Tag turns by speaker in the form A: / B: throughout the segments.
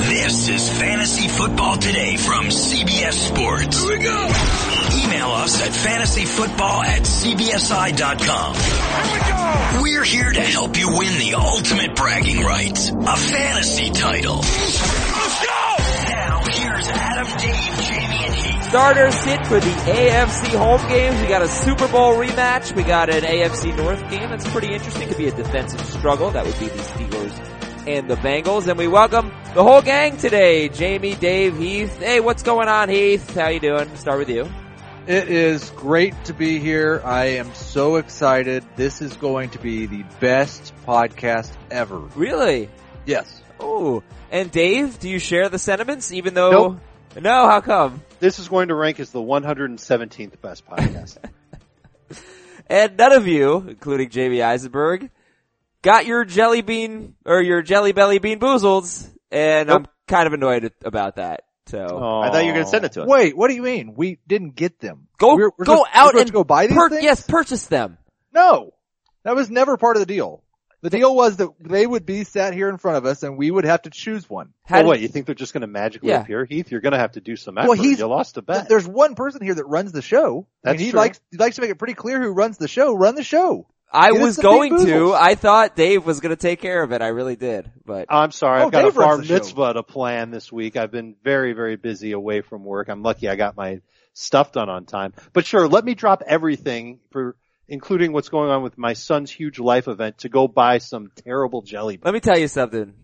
A: is Fantasy Football Today from CBS Sports. Here we go. Email us at fantasyfootball at cbsi.com. Here we go. We're here to help you win the ultimate bragging rights, a fantasy title. Let's go. Now, here's Adam, Dave, Jamie, and Heath.
B: Starters sit for the AFC home games. We got a Super Bowl rematch. We got an AFC North game. That's pretty interesting. Could be a defensive struggle. That would be the Steelers and the Bengals. And we welcome the whole gang today. Jamie, Dave, Heath. Hey, what's going on, Heath? How you doing? Start with you.
C: It is great to be here. I am so excited. This is going to be the best podcast ever.
B: Really?
C: Yes.
B: Oh. And Dave, do you share the sentiments even though
D: Nope.
B: No, how come?
D: This is going to rank as the 117th best podcast.
B: And none of you, including Jamie Eisenberg, got your jelly bean or your jelly belly bean boozles, and I'm kind of annoyed at- about that. So
C: Oh.
D: I thought you were going to send it to us.
C: Wait, what do you mean? We didn't get them.
B: go
C: We're- we're
B: go
C: supposed- we're
B: out
C: supposed
B: and
C: to go buy these
B: pur-
C: things?
B: yes, purchase them.
C: No, that was never part of the deal. The deal was that they would be sat here in front of us and we would have to choose one.
B: How
D: oh,
B: did-
D: wait, you think they're just going to magically
B: Yeah.
D: appear, Heath? You're going to have to do some effort.
C: Well, he's-
D: you lost a bet.
C: There's one person here that runs the show.
D: That's
C: and he
D: true.
C: likes he likes to make it pretty clear who runs the show. Run the show.
B: I
C: Get us
B: was
C: the bean
B: going to.
C: boozles.
B: I thought Dave was going to take care of it. I really did, but
D: I'm sorry.
C: Oh,
D: I've got
C: Dave
D: a bar
C: runs the show.
D: mitzvah to plan this week. I've been very, very busy away from work. I'm lucky I got my stuff done on time. But sure, let me drop everything for, including what's going on with my son's huge life event to go buy some terrible jelly. beans.
B: let me tell you something.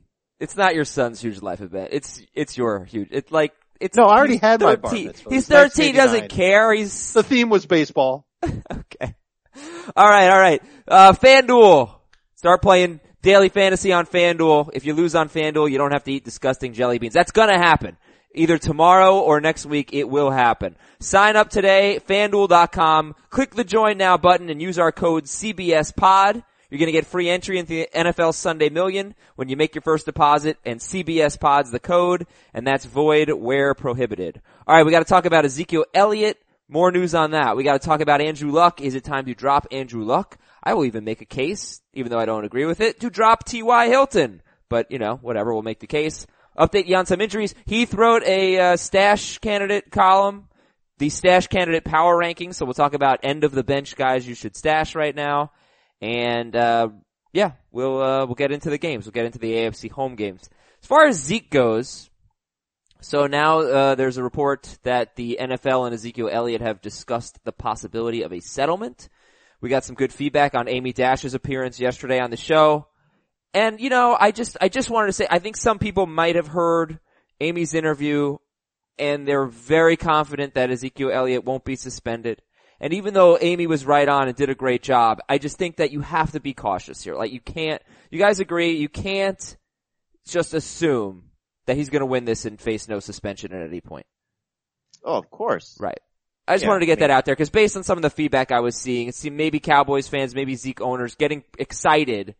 B: It's not your son's huge life event. It's it's your huge. It's like it's
D: No, I already
B: he's
D: had my bar
B: 13.
D: mitzvah.
B: He's
D: It was
B: thirteen. Doesn't
D: 1989.
B: care. He's
D: The theme was baseball.
B: Okay. All right, all right. Uh, FanDuel. Start playing daily fantasy on FanDuel. If you lose on FanDuel, you don't have to eat disgusting jelly beans. That's gonna happen. Either tomorrow or next week, it will happen. Sign up today, fanduel.com. Click the join now button and use our code CBSPOD. You're gonna get free entry into the NFL Sunday Million when you make your first deposit and CBS Pod's the code and that's void where prohibited. Alright, we gotta talk about Ezekiel Elliott. More news on that. We got to talk about Andrew Luck. Is it time to drop Andrew Luck? I will even make a case, even though I don't agree with it, to drop T.Y. Hilton. But, you know, whatever, we'll make the case. Update you on some injuries. Heath wrote a uh, stash candidate column, the stash candidate power rankings. So we'll talk about end of the bench guys you should stash right now. And, uh, yeah, we'll, uh, we'll get into the games. We'll get into the AFC home games. As far as Zeke goes, so now uh, there's a report that the NFL and Ezekiel Elliott have discussed the possibility of a settlement. We got some good feedback on Amy Dash's appearance yesterday on the show. And you know, I just I just wanted to say I think some people might have heard Amy's interview and they're very confident that Ezekiel Elliott won't be suspended. And even though Amy was right on and did a great job, I just think that you have to be cautious here. Like you can't you guys agree you can't just assume that he's going to win this and face no suspension at any point.
D: Oh, of course.
B: Right. I just
D: Yeah,
B: wanted to get
D: I mean-
B: that out there because based on some of the feedback I was seeing, it seemed maybe Cowboys fans, maybe Zeke owners getting excited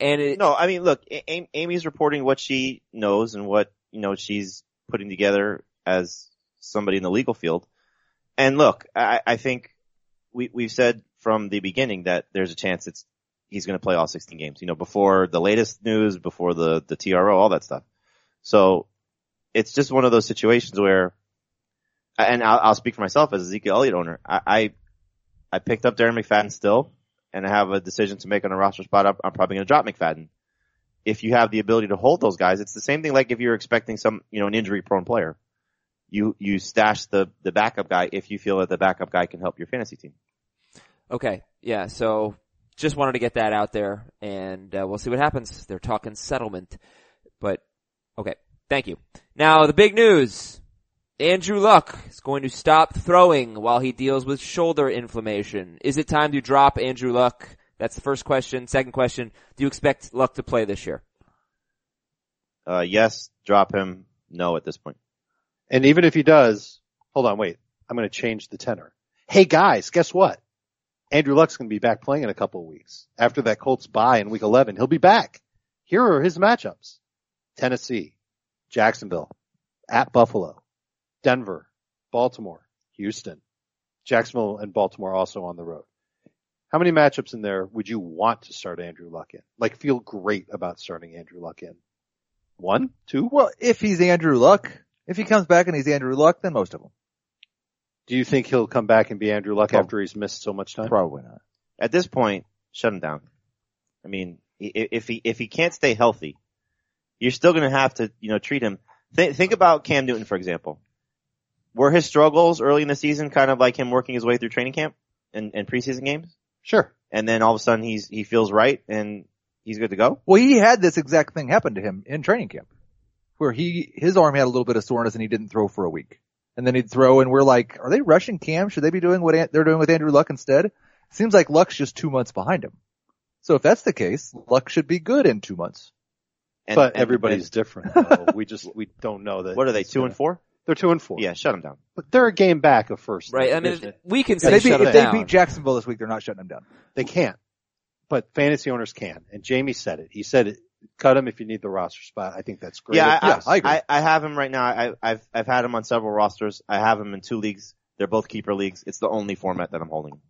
B: and it,
E: no, I mean, look, A- A- Amy's reporting what she knows and what, you know, she's putting together as somebody in the legal field. And look, I, I think we, we've said from the beginning that there's a chance it's, he's going to play all 16 games, you know, before the latest news, before the, the TRO, all that stuff. So it's just one of those situations where, and I'll, I'll speak for myself as a Ezekiel Elliott owner. I, I, I picked up Darren McFadden still and I have a decision to make on a roster spot, I'm, I'm probably going to drop McFadden. If you have the ability to hold those guys, it's the same thing like if you're expecting some, you know, an injury prone player. You, you stash the, the backup guy if you feel that the backup guy can help your fantasy team.
B: okay. Yeah. So just wanted to get that out there and uh, we'll see what happens. They're talking settlement, but okay. Thank you. Now the big news. Andrew Luck is going to stop throwing while he deals with shoulder inflammation. Is it time to drop Andrew Luck? That's the first question. Second question. Do you expect Luck to play this year?
E: Uh, yes, drop him. No at this point.
D: And even if he does, hold on, wait. I'm going to change the tenor. Hey guys, guess what? Andrew Luck's going to be back playing in a couple of weeks after that Colts bye in week 11. He'll be back. Here are his matchups. Tennessee, Jacksonville, at Buffalo, Denver, Baltimore, Houston, Jacksonville and Baltimore also on the road. How many matchups in there would you want to start Andrew Luck in? Like feel great about starting Andrew Luck in? One, two.
C: Well, if he's Andrew Luck, if he comes back and he's Andrew Luck, then most of them.
D: Do you think he'll come back and be Andrew Luck
E: Prob-
D: after he's missed so much time?
C: Probably not.
E: At this point, shut him down. I mean, i- i- if he if he can't stay healthy, you're still going to have to you know treat him. Th- think about Cam Newton for example. Were his struggles early in the season kind of like him working his way through training camp and, and preseason games,
D: Sure.
E: and then all of a sudden he's he feels right and he's good to go?
C: Well, he had this exact thing happen to him in training camp where he, his arm had a little bit of soreness and he didn't throw for a week. And then he'd throw and we're like, are they rushing Cam? Should they be doing what An- they're doing with Andrew Luck instead? Seems like Luck's just two months behind him. So if that's the case, Luck should be good in two months.
E: And,
D: but
E: and-
D: everybody's different. though. we just we don't know that.
E: and what are they
D: he's
E: two and
D: gonna-
E: four?
D: They're two and four.
E: Yeah, shut him down.
D: but they're a game back of first.
B: Right.
D: though,
B: I mean,
D: isn't it?
B: we can
D: Yeah,
B: say
C: If they,
B: shut
C: beat,
B: him
C: if they
B: down.
C: beat Jacksonville this week, they're not shutting him down.
D: they can't. But fantasy owners can, and Jamie said it. He said it. Cut him if you need the roster spot. I think that's great.
E: Yeah, I,
C: Yeah, I agree.
E: I, I have him right now. I, I've I've had him on several rosters. I have him in two leagues. They're both keeper leagues. It's the only format that I'm holding.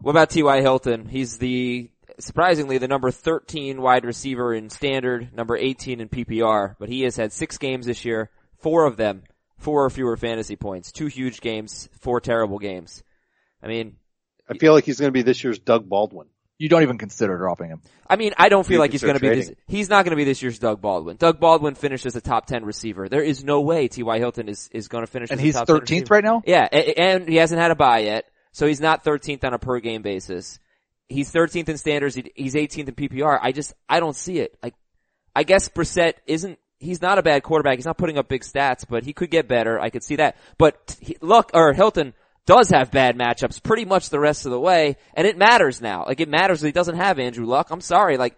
B: What about T.Y. Hilton? He's the, surprisingly, the number 13 wide receiver in standard, number 18 in PPR, but he has had six games this year, four of them, four or fewer fantasy points, two huge games, four terrible games. I mean,
D: I feel like he's going to be this year's Doug Baldwin.
C: You don't even consider dropping him.
B: I mean, I don't feel
D: You
B: like
D: can
B: he's
D: start
B: going to be this,
D: trading.
B: he's not going to be this year's Doug Baldwin. Doug Baldwin finished as a top 10 receiver. There is no way T.Y. Hilton is, is going to finish
C: And
B: as a
C: he's
B: top 10
C: 13th
B: receiver.
C: right now?
B: Yeah, a- a- and he hasn't had a buy yet, so he's not 13th on a per game basis. He's 13th in standards. he- He's 18th in PPR. I just I don't see it. Like, I guess Brissett isn't. He's not a bad quarterback. He's not putting up big stats, but he could get better. I could see that. But he, look, or Hilton does have bad matchups pretty much the rest of the way, and it matters now. Like it matters that he doesn't have Andrew Luck. I'm sorry. Like,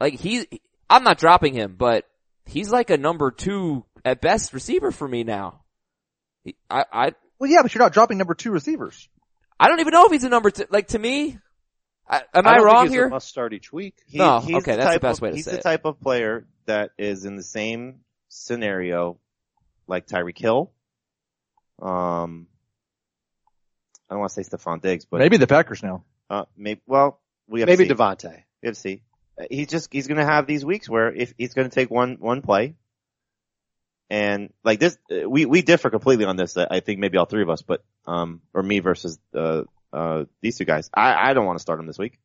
B: like he, I'm not dropping him, but he's like a number two at best receiver for me now. He- I, I,
C: Well, yeah, but you're not dropping number two receivers.
B: I don't even know if he's a number two. Like to me, I, am
D: I
B: I,
D: don't think
B: wrong
D: he's a
B: here?
D: must start each week.
E: He,
B: No,
E: he's
B: okay, that's the
E: type
B: best
E: of-
B: way to
E: He's
B: say
E: the
B: it.
E: type of player that is in the same scenario like Tyreek Hill. Um, I don't want to say Stephon Diggs, but
C: Maybe the Packers now.
E: uh, maybe. Well, we have
D: Maybe
E: to see.
D: Devontae.
E: We have to see. Uh, He's just he's going to have these weeks where if he's going to take one one play, and like this, uh, we we differ completely on this. I I think maybe all three of us, but um, or me versus uh uh these two guys. I I don't want to start him this week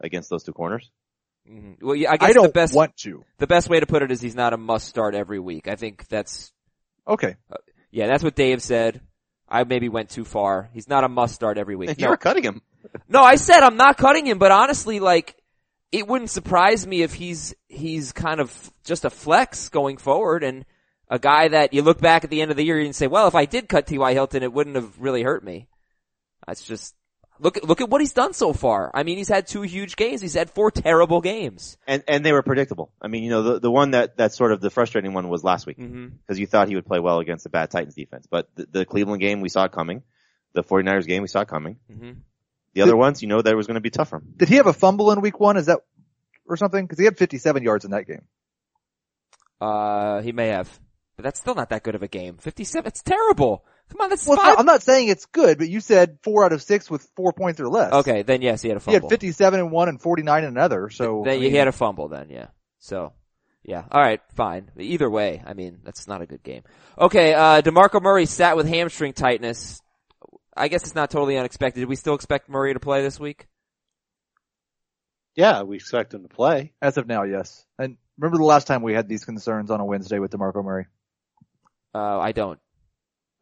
E: against those two corners.
B: Mhm. Well, yeah, I guess
C: I
B: the
C: don't
B: best
C: want to.
B: the best way to put it is he's not a must start every week. I think that's
C: Okay.
B: yeah, that's what Dave said. I maybe went too far. He's not a must start every week.
E: You
B: No,
E: were cutting him.
B: no, I said I'm not cutting him, but honestly, like it wouldn't surprise me if he's he's kind of just a flex going forward and a guy that you look back at the end of the year and say, well, if I did cut T.Y. Hilton, it wouldn't have really hurt me. That's just look at look at what he's done so far. I mean, he's had two huge games. He's had four terrible games.
E: And and they were predictable. I mean, you know, the the one that that's sort of the frustrating one was last week
B: Mm-hmm.
E: because you thought he would play well against the bad Titans defense, but the, the Cleveland game we saw it coming, the 49ers game we saw it coming.
B: Mm-hmm.
E: The other ones, you know, that it was going to be tougher.
C: Did he have a fumble in week one? Is that, or something? Cause he had 57 yards in that game.
B: Uh, he may have, but that's still not that good of a game. Fifty-seven. It's terrible. Come on, that's
C: Well, it's
B: five.
C: not, I'm not saying it's good, but you said four out of six with four points or less.
B: okay, then yes, he had a
C: He had
B: fumble.
C: 57 in one and 49 in another, so.
B: then
C: I mean,
B: he had a fumble. Then yeah. So yeah. All right. Fine. Either way, I mean, that's not a good game. Okay. Uh, Demarco Murray sat with hamstring tightness. I guess it's not totally unexpected. Did we still expect Murray to play this week?
D: Yeah, we expect him to play.
C: As of now, yes. And remember the last time we had these concerns on a Wednesday with DeMarco Murray?
B: Uh, I don't.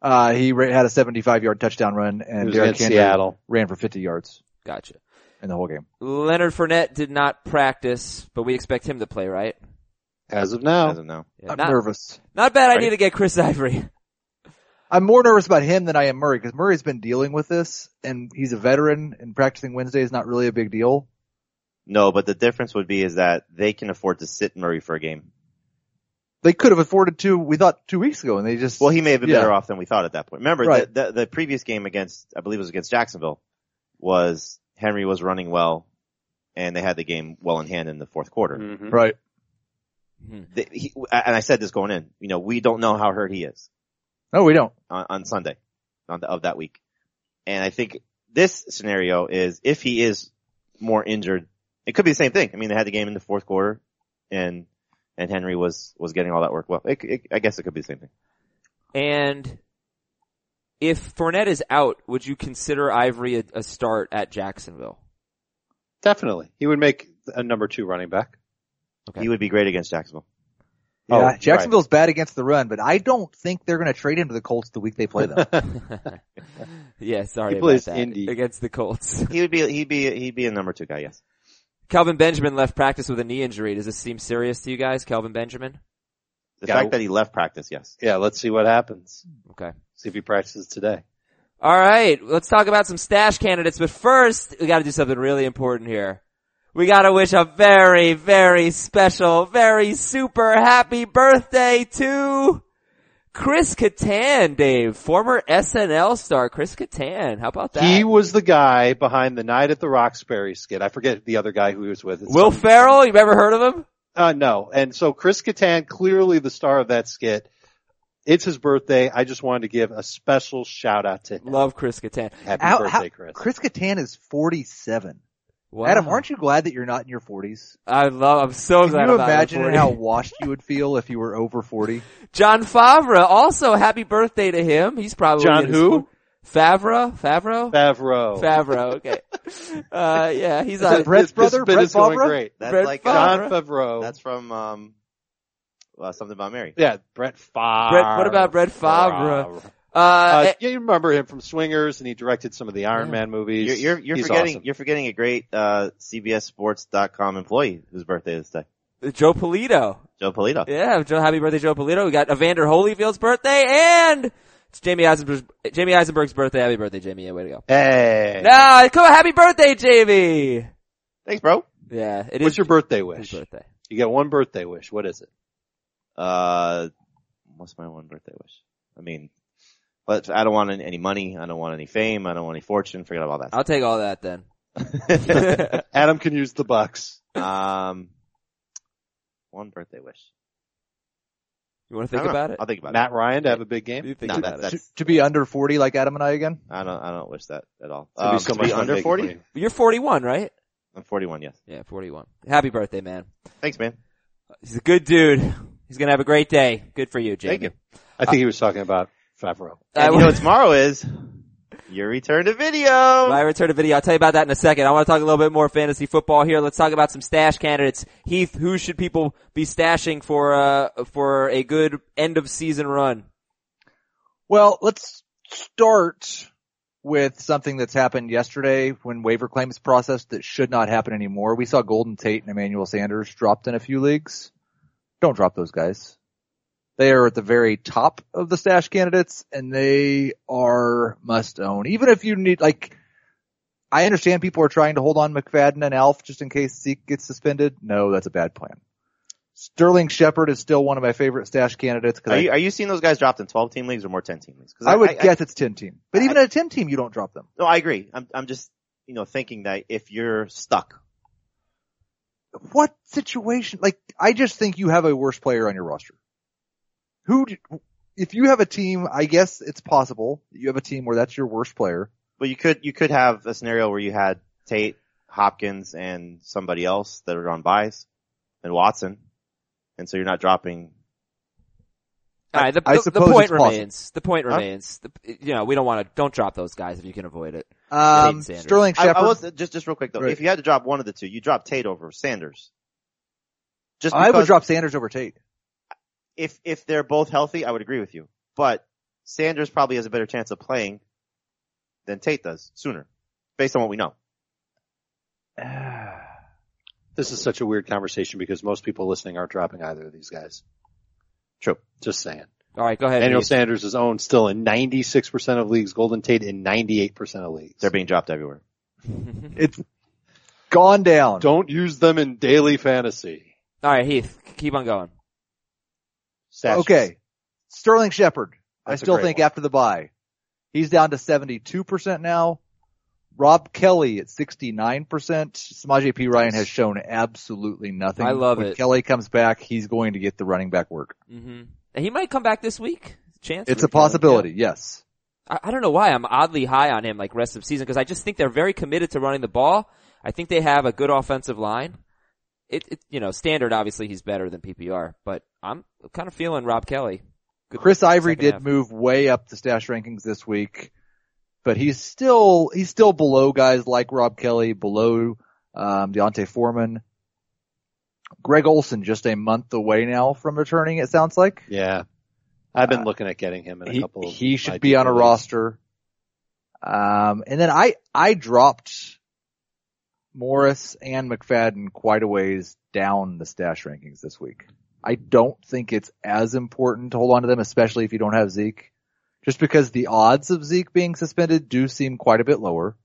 C: Uh, he ra- had a 75 yard touchdown run
D: He
C: and
D: was
C: Derrick
D: against
C: Henry
D: Seattle.
C: ran for 50 yards
B: Gotcha.
C: in the whole game.
B: Leonard Fournette did not practice, but we expect him to play, right?
D: As of
C: Oh.
D: now,
E: As of now.
B: Yeah,
C: I'm
B: not,
C: nervous.
B: not a bad
E: Right.
B: idea to get Chris Ivory.
C: I'm more nervous about him than I am Murray because Murray's been dealing with this and he's a veteran and practicing Wednesday is not really a big deal.
E: No, but the difference would be is that they can afford to sit Murray for a game.
C: They could have afforded to, we thought two weeks ago and they just,
E: Well, he may have been
C: Yeah.
E: better off than we thought at that point. Remember,
C: Right.
E: the, the, the previous game against, I believe it was against Jacksonville, was Henry was running well, and they had the game well in hand in the fourth quarter.
C: Mm-hmm.
D: Mhm.
C: right.
B: Hmm.
E: The- he- and I said this going in, you know, we don't know how hurt he is
C: No, we don't.
E: on, on Sunday on the, of that week. And I think this scenario is if he is more injured, it could be the same thing. I mean, they had the game in the fourth quarter, and and Henry was was getting all that work. Well, it, it, I guess it could be the same thing.
B: And if Fournette is out, would you consider Ivory a, a start at Jacksonville?
D: Definitely. He would make a number two running back.
B: Okay.
E: He would be great against Jacksonville.
D: Oh,
C: Yeah,
D: right.
C: Jacksonville's bad against the run, but I don't think they're going to trade him to the Colts the week they play them.
B: yeah, sorry
D: He plays
B: about that.
D: Indy.
B: Against the Colts.
E: He would be he'd be he'd be a number two guy. Yes.
B: Calvin Benjamin left practice with a knee injury. Does this seem serious to you guys, Calvin Benjamin?
E: The
D: Yeah,
E: fact
D: I-
E: that he left practice. Yes.
D: Yeah, let's see what happens.
B: Okay.
D: See if he practices today.
B: All right, let's talk about some stash candidates, but first we got to do something really important here. We got to wish a very, very special, very super happy birthday to Chris Kattan, Dave, former SNL star Chris Kattan. How about that?
D: He was the guy behind the Night at the Roxbury skit. I forget the other guy who he was with. It's
B: Will
D: some-
B: Farrell, you've ever heard of him?
D: Uh, no. And so Chris Kattan, clearly the star of that skit. It's his birthday. I just wanted to give a special shout out to him.
B: Love Chris Kattan.
D: Happy
C: How-
D: birthday,
C: how-
D: Chris.
C: Chris Kattan is 47.
B: Wow.
C: Adam, aren't you glad that you're not in your 40s?
B: I love, I'm so
C: Can
B: glad
C: you
B: I'm not in
C: imagine
B: 40.
C: how washed you would feel if you were over 40?
B: John Favre, also happy birthday to him. He's probably
D: John
B: in his
D: who?
B: Favre? Favreau?
D: Favreau.
B: Favreau, okay. Uh, yeah, he's
C: Is that
B: on.
C: Brett- Brett's
D: This- this
C: brother,
D: bit
C: Brett
D: is going
C: Favre?
D: great.
E: That's
B: Brett
E: like
B: Favre.
E: uh,
D: John Favreau.
E: that's from um uh, something about Mary.
D: yeah, Brett Favre.
B: Brett- what about Brett Favre? Uh,
D: Uh,
B: eh,
D: yeah, you remember him from Swingers, and he directed some of the Iron
B: Yeah.
D: Man movies.
E: You're you're, you're
D: He's
E: forgetting
D: awesome.
E: you're forgetting a great uh CBSSports.com employee whose birthday is today.
B: eh, Joe Polito.
E: Joe Polito.
B: Yeah, Joe, happy birthday, Joe Polito. We got Evander Holyfield's birthday and it's Jamie Eisenberg's, Jamie Eisenberg's birthday. Happy birthday, Jamie. Yeah, way to go.
D: Hey,
B: No, come on, happy birthday, Jamie!
E: Thanks, bro.
B: Yeah, it is
D: what's your birthday
B: his
D: wish?
B: birthday.
D: You got one birthday wish. What is it?
E: Uh, what's my one birthday wish? I mean, but I don't want any- any money. I don't want any fame. I don't want any fortune. Forget about that.
B: I'll take all that then.
D: Adam can use the bucks.
E: um, one birthday wish.
B: You want to
E: I
B: think
E: don't know.
B: about it?
E: I'll think about
D: Matt Ryan to have a big
B: You
D: game.
B: think
E: No,
B: about
E: that-
B: it.
E: that's-
C: to, to be under 40 like Adam and I again?
E: I don't. I don't wish that at all.
D: It'd be
E: Um,
D: so
E: to
D: much
E: be
D: fun
E: under
D: making
E: forty.
D: money.
B: You're 41, right?
E: I'm 41. Yes.
B: Yeah, 41. Happy birthday, man.
E: Thanks, man.
B: He's a good dude. He's gonna have a great day. Good for you, Jamie.
E: Thank you.
D: I think he was talking about Favreau.
B: I
E: And you
B: will-
E: know what tomorrow is? Your return to
B: My
E: video.
B: return to video. I'll tell you about that in a second. I want to talk a little bit more fantasy football here. Let's talk about some stash candidates. Heath, who should people be stashing for uh for a good end of season run?
C: Well, let's start with something that's happened yesterday when waiver claims processed that should not happen anymore. We saw Golden Tate and Emmanuel Sanders dropped in a few leagues. Don't drop those guys. They are at the very top of the stash candidates and they are must own. Even if you need, like, I understand people are trying to hold on McFadden and Alf just in case Zeke gets suspended. No, that's a bad plan. Sterling Shepard is still one of my favorite stash candidates. 'cause
E: Are
C: I
E: you are you seeing those guys dropped in 12 team leagues or more 10 team leagues? 'Cause
C: I would
E: I-
C: guess it's 10 team. But
E: I-
C: even at a 10 team, you don't drop them.
E: No, I agree. I'm I'm just you know thinking that if you're stuck,
C: What situation? Like, I just think you have a worse player on your roster. Who, do, if you have a team, I guess it's possible that you have a team where that's your worst player.
E: But you could you could have a scenario where you had Tate, Hopkins, and somebody else that are on buys, and Watson, and so you're not dropping.
B: All right, the,
C: I
B: the- the,
C: suppose
B: point
C: it's possible.
B: remains. The point
E: Huh?
B: remains. The, you know, we don't want to, don't drop those guys if you can avoid it.
C: Um,
B: Peyton Sanders.
C: Sterling
E: I,
C: Shepard.
E: I was just just real quick though.
C: Right.
E: If you had to drop one of the two, you drop Tate over Sanders. Just
C: I would
E: because
C: drop Sanders over Tate.
E: if if they're both healthy, I would agree with you. But Sanders probably has a better chance of playing than Tate does sooner, based on what we know.
D: This is such a weird conversation because most people listening aren't dropping either of these guys. True. Just saying.
B: All right, go ahead.
D: Daniel
B: Heath.
D: Sanders is owned still in 96% of leagues, Golden Tate in 98% of leagues.
E: They're being dropped everywhere.
C: It's gone down.
D: Don't use them in daily fantasy.
B: All right, Heath, keep on going.
D: Stashes.
C: okay. Sterling Shepard. I
D: That's a
C: still
D: great
C: think
D: one.
C: after the buy, he's down to 72% now. Rob Kelly at 69%. Samaje P. Ryan has shown absolutely nothing.
B: I love
C: when
B: it.
C: Kelly comes back, he's going to get the running back work.
B: hmm He might come back this week. Chance.
C: It's
B: for it,
C: a
B: yeah.
C: possibility, yes.
B: I, I don't know why I'm oddly high on him like rest of season because I just think they're very committed to running the ball. I think they have a good offensive line. it, it you know standard. Obviously, he's better than PPR, but I'm kind of feeling Rob Kelly. Good
C: Chris Ivory
B: second
C: did
B: half.
C: move way up the stash rankings this week, but he's still he's still below guys like Rob Kelly, below um, Deontay Foreman. Greg Olson just a month away now from returning. It sounds like
D: Yeah. I've been looking at getting him in a
C: he,
D: couple of
C: he should
D: my
C: be on a
D: leagues.
C: roster. Um, and then I I dropped Morris and McFadden quite a ways down the stash rankings this week. I don't think it's as important to hold on to them, especially if you don't have Zeke, just because the odds of Zeke being suspended do seem quite a bit lower.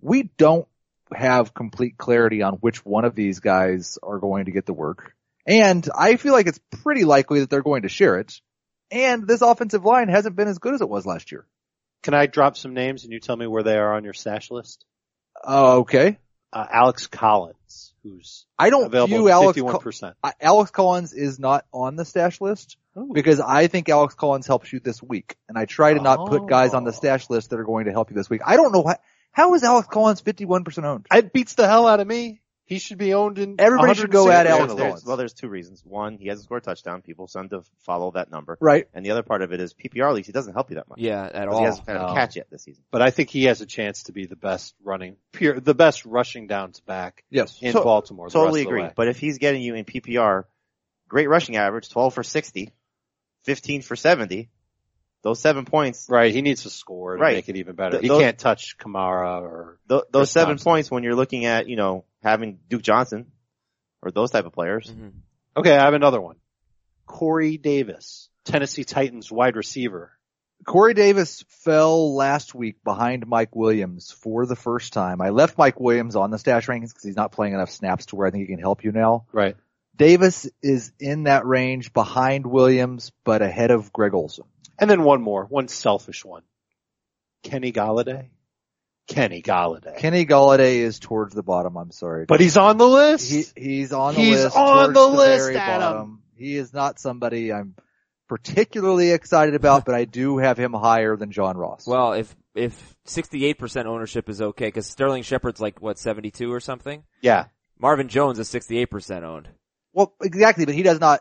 C: We don't have complete clarity on which one of these guys are going to get the work. And I feel like it's pretty likely that they're going to share it. And this offensive line hasn't been as good as it was last year.
D: Can I drop some names and you tell me where they are on your stash list?
C: Oh, okay.
D: Uh, Alex Collins, who's
C: I don't
D: available
C: view
D: at
C: Alex.
D: 51%.
C: Col- I- Alex Collins is not on the stash list
D: Oh.
C: because I think Alex Collins helps you this week, and I try to not put guys on the
D: Oh.
C: stash list that are going to help you this week. I don't know why. How is Alex Collins fifty one percent owned?
D: It beats the hell out of me. He should be owned in.
C: Everybody should go at
D: 160
C: Alex
D: analysts.
C: Collins.
E: There's, well, there's two reasons. One, he hasn't scored a touchdown. People tend to follow that number.
C: Right.
E: And the other part of it is PPR leagues. He doesn't help you that much.
B: Yeah, at
E: 'Cause
B: all.
E: He hasn't had
D: No.
E: a catch yet this season.
D: But I think he has a chance to be the best running, pure, the best rushing downs back
C: Yes.
D: in
E: To-
D: Baltimore. the
E: Totally
D: rest of the
E: agree.
D: way.
E: But if he's getting you in PPR, great rushing average, 12 for 60, 15 for 70, those seven points,
D: Right, he needs to score to
E: Right.
D: make it even better.
E: Th-
D: he
E: those-
D: can't touch Kamara or
E: th- those
D: Chris
E: seven
D: Thompson.
E: points when you're looking at, you know, having Duke Johnson or those type of players.
B: Mhm.
D: Okay, I have another one. Corey Davis, Tennessee Titans wide receiver.
C: Corey Davis fell last week behind Mike Williams for the first time. I left Mike Williams on the stash rankings because he's not playing enough snaps to where I think he can help you now.
D: Right.
C: Davis is in that range behind Williams, but ahead of Greg Olson.
D: And then one more, one selfish one. Kenny Galladay. Kenny Galladay.
C: Kenny Galladay is towards the bottom. I'm sorry,
D: but he's on the list.
C: he, he's on the
D: He's
C: list.
D: on
C: towards
D: the list,
C: very
D: Adam.
C: bottom. He is not somebody I'm particularly excited about, but I do have him higher than John Ross.
B: Well, if if 68% ownership is okay, because Sterling Shepard's like what 72 or something.
D: yeah.
B: Marvin Jones is 68% owned.
C: well, exactly, but he does not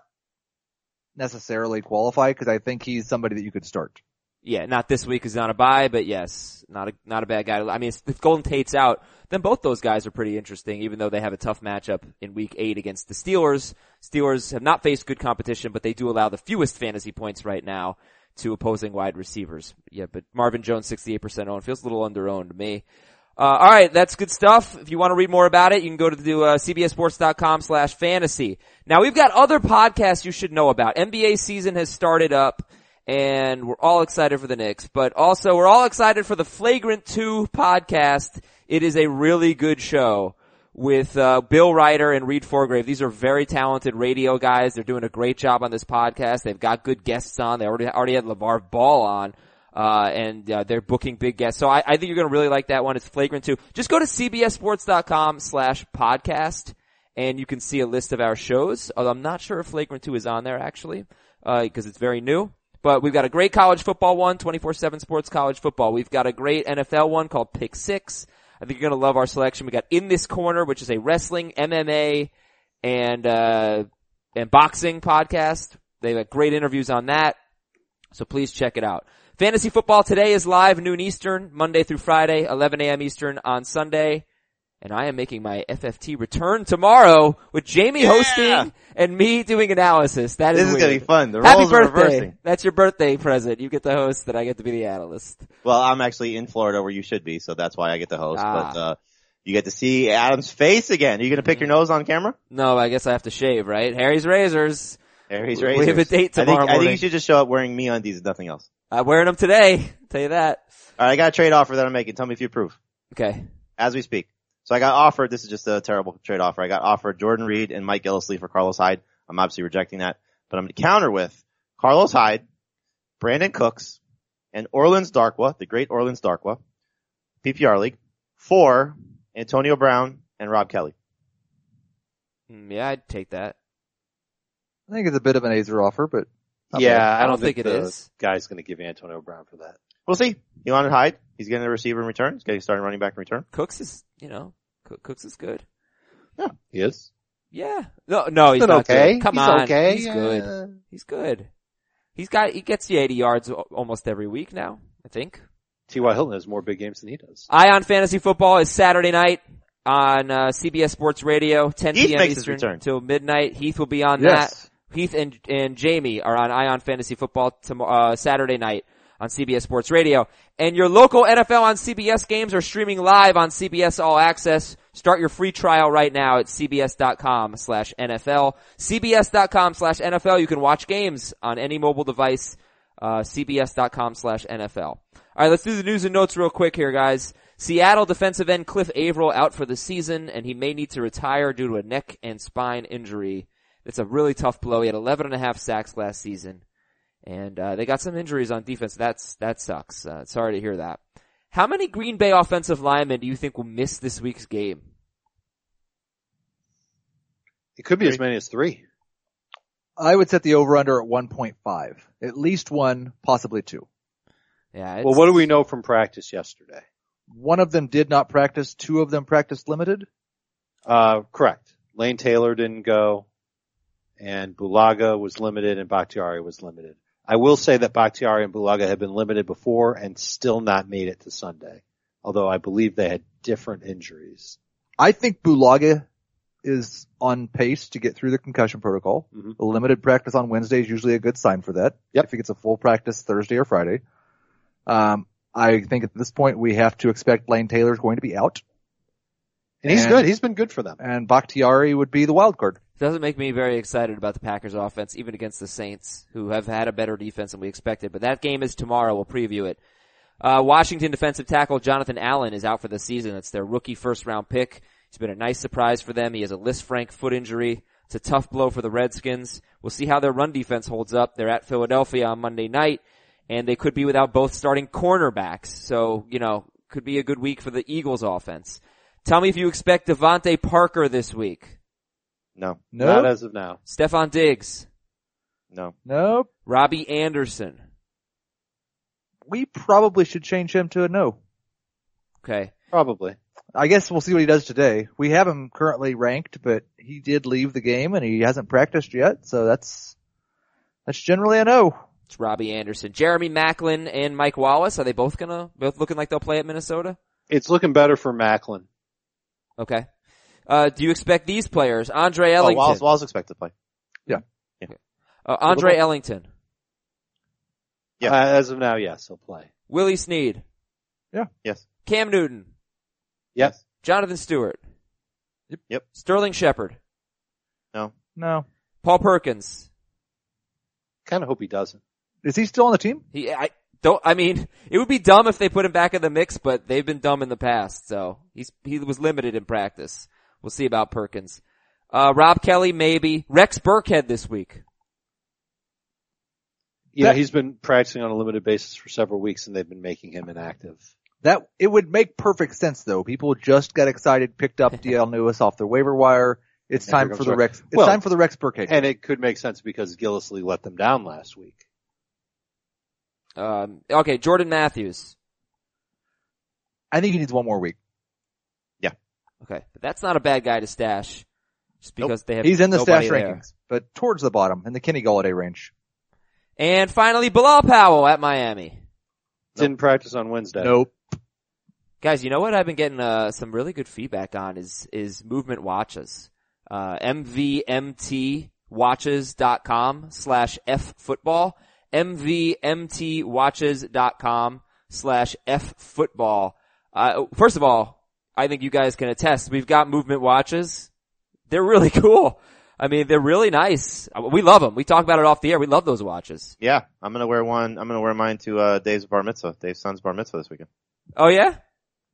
C: necessarily qualify because I think he's somebody that you could start.
B: Yeah, not this week is not a buy, but yes, not a not a bad guy. I mean, it's- if Golden Tate's out, then both those guys are pretty interesting, even though they have a tough matchup in Week Eight against the Steelers. Steelers have not faced good competition, but they do allow the fewest fantasy points right now to opposing wide receivers. Yeah, but Marvin Jones, sixty-eight percent owned, feels a little underowned to me. Uh, all right, that's good stuff. If you want to read more about it, you can go to the, uh, cbsports.com slash fantasy. Now we've got other podcasts you should know about. NBA season has started up and we're all excited for the Knicks, but also we're all excited for the Flagrant 2 podcast. It is a really good show with uh, Bill Ryder and Reed Forgrave. These are very talented radio guys. They're doing a great job on this podcast. They've got good guests on. They already already had LeVar Ball on. Uh, and, uh, they're booking big guests. So I, I think you're gonna really like that one. It's flagrant too. Just go to cbsports.com slash podcast and you can see a list of our shows. Although I'm not sure if Flagrant 2 is on there actually, uh, cause it's very new. But we've got a great college football one, 24-7 sports college football. We've got a great NFL one called Pick Six. I think you're gonna love our selection. We got In This Corner, which is a wrestling, MMA, and, uh, and boxing podcast. They've got great interviews on that. So please check it out. Fantasy football today is live noon Eastern, Monday through Friday, 11 a.m. Eastern on Sunday. And I am making my FFT return tomorrow with Jamie hosting and me doing analysis. That is
E: This is
B: weird.
E: going to be fun. The
B: Happy
E: roles are
B: birthday.
E: reversing.
B: That's your birthday present. You get to host and I get to be the analyst.
E: Well, I'm actually in Florida where you should be, so that's why I get to host.
B: Ah.
E: But uh, you get to see Adam's face again. Are you going to pick your nose on camera?
B: No, I guess I have to shave, right? Harry's razors.
E: Harry's
B: We have
E: razors.
B: a date
E: I think-
B: tomorrow
E: I think
B: morning.
E: you should just show up wearing me undies and nothing else.
B: I'm wearing them today. Tell you that.
E: All right, I got a trade offer that I'm making. Tell me if you approve.
B: Okay.
E: as we speak. So I got offered, this is just a terrible trade offer. I got offered Jordan Reed and Mike Gillisley for Carlos Hyde. I'm obviously rejecting that, but I'm going to counter with Carlos Hyde, Brandon Cooks, and Orleans Darkwa, the great Orleans Darkwa, PPR league, for Antonio Brown and Rob Kelly.
B: Mm, Yeah, I'd take that.
C: I think it's a bit of an Azer offer, but not
D: yeah,
C: bad.
D: I, don't think,
B: it
D: the
B: is.
D: guy's going to give Antonio Brown for that.
E: We'll see. He wanted Hyde. He's getting a receiver in return. He's getting a starting running back in return.
B: Cooks is, you know, Cook- Cooks is good.
D: He is.
B: Yeah. No, no, he's
D: He's
B: not
D: okay.
B: Good. Come
D: he's
B: on.
D: okay.
B: He's
D: Yeah.
B: good. He's good. He's got, he gets you 80 yards al- almost every week now, I think.
D: T.Y. Hilton has more big games than he does.
B: Ion Fantasy Football is Saturday night on uh, CBS Sports Radio, 10
E: Heath
B: p.m.
E: makes his
B: Eastern
E: return.
B: till midnight. Heath will be on
C: Yes.
B: that. Heath and and Jamie are on Ion Fantasy Football tomorrow uh, Saturday night on CBS Sports Radio. And your local NFL on CBS games are streaming live on CBS All Access. Start your free trial right now at cbs.com slash NFL. cbs.com slash NFL. You can watch games on any mobile device uh, cbs.com slash NFL. All right, let's do the news and notes real quick here, guys. Seattle defensive end Cliff Averill out for the season, and he may need to retire due to a neck and spine injury. It's a really tough blow. He had 11 and a half sacks last season, and uh, they got some injuries on defense. That's that sucks. Uh, sorry to hear that. How many Green Bay offensive linemen do you think will miss this week's game?
D: It could be as many as three.
C: I would set the over under at 1.5. At least one, possibly two.
B: Yeah.
D: Well,
B: it's-
D: what do we know from practice yesterday?
C: One of them did not practice. Two of them practiced limited.
D: Uh, correct. Lane Taylor didn't go, and Bulaga was limited, and Bakhtiari was limited. I will say that Bakhtiari and Bulaga had been limited before and still not made it to Sunday, although I believe they had different injuries.
C: I think Bulaga is on pace to get through the concussion protocol.
D: Mhm.
C: A limited practice on Wednesday is usually a good sign for that.
D: Yep.
C: If he gets a full practice Thursday or Friday. Um, I think at this point we have to expect Lane Taylor is going to be out
D: And he's
C: And-
D: good. He's been good for them.
C: and Bakhtiari would be the wild card.
B: Doesn't make me very excited about the Packers offense, even against the Saints, who have had a better defense than we expected. But that game is tomorrow. We'll preview it. Uh, Washington defensive tackle Jonathan Allen is out for the season. It's their rookie first round pick. He's been a nice surprise for them. He has a list Frank foot injury. It's a tough blow for the Redskins. We'll see how their run defense holds up. They're at Philadelphia on Monday night and they could be without both starting cornerbacks. So, you know, could be a good week for the Eagles offense. Tell me if you expect Devontae Parker this week.
E: No,
D: Not
C: No,
D: as of now.
B: Stefan Diggs.
E: no.
C: no,
B: Robbie Anderson.
C: we probably should change him to a no.
B: Okay.
D: Probably.
C: I guess we'll see what he does today. We have him currently ranked, but he did leave the game and he hasn't practiced yet. So that's, that's generally a no.
B: It's Robbie Anderson. Jeremy Macklin and Mike Wallace. Are they both gonna, both looking like they'll play at Minnesota?
D: It's looking better for Macklin.
B: Okay. Uh, do you expect these players? Andre
E: Oh,
B: Ellington.
E: Wallace, Wallace expected to play.
B: Uh, Andre Ellington.
E: Yeah.
D: Uh, as of now, yes, he'll play.
B: Willie Sneed.
E: Yes.
B: Cam Newton.
D: Yes.
B: Jonathan Stewart.
E: Yep. Yep.
B: Sterling Shepard.
C: No.
B: Paul Perkins.
D: Kind of hope he doesn't.
C: Is he still on the team?
B: He, I don't, I mean, it would be dumb if they put him back in the mix, but they've been dumb in the past, so he's, he was limited in practice. We'll see about Perkins. Uh, Rob Kelly, maybe. Rex Burkhead this week.
D: Yeah,
C: That-
D: he's been practicing on a limited basis for several weeks and they've been making him inactive.
C: That it would make perfect sense though. People just got excited, picked up DL Lewis off their waiver wire. It's
D: And here
C: time
D: comes
C: for the
D: Rex.
C: Rex. It's
D: Well-
C: time for the Rex Burkhead.
D: And it could make sense because Gillisley let them down last week.
B: Um, okay, Jordan Matthews.
C: I think he needs one more week.
B: Okay, but that's not a bad guy to stash, just because they have
C: He's in the stash
B: nobody there.
C: rankings, but towards the bottom in the Kenny Galladay range.
B: And finally, Bilal Powell at Miami.
D: Didn't practice on Wednesday.
C: Nope.
B: Guys, you know what I've been getting uh, some really good feedback on is is movement watches. Uh, MVMTwatches.com slash F football. MVMTwatches.com slash F football. Uh, first of all, I think you guys can attest, we've got movement watches. They're really cool. I mean, they're really nice. Uh, We love them. We talk about it off the air. We love those watches.
E: Yeah, I'm gonna wear one. I'm gonna wear mine to uh Dave's bar mitzvah, Dave's son's bar mitzvah this weekend.
B: Oh yeah.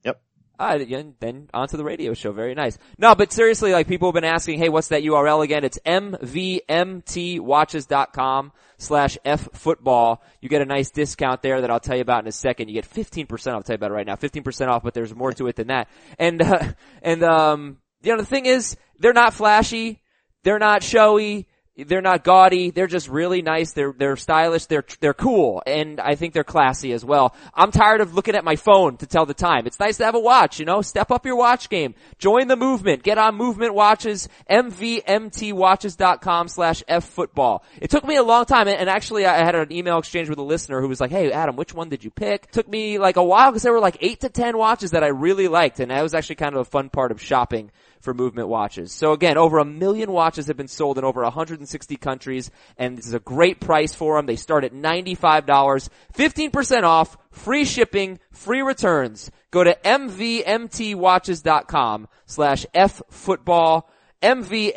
E: Yep.
B: Ah, then then onto the radio show. Very nice. No, but seriously, like people have been asking, hey, what's that URL again? It's mvmtwatches.com slash ffootball. You get a nice discount there that I'll tell you about in a second. You get 15% off. I'll tell you about it right now. 15% off, but there's more to it than that. And, uh, and, um, you know, the thing is, they're not flashy. They're not showy. they're not gaudy. They're just really nice. They're they're stylish. They're they're cool, and I think they're classy as well. I'm tired of looking at my phone to tell the time. It's nice to have a watch, you know. Step up your watch game. Join the movement. Get on Movement Watches. MVMTWatches.com slash ffootball. It took me a long time, and and actually I had an email exchange with a listener who was like, "Hey Adam, which one did you pick?" Took me like a while because there were like eight to ten watches that I really liked, and that was actually kind of a fun part of shopping for movement watches. So again, over a million watches have been sold in over 160 countries, and this is a great price for them. They start at $95, 15% off, free shipping, free returns. Go to mvmtwatches.com slash ffootball,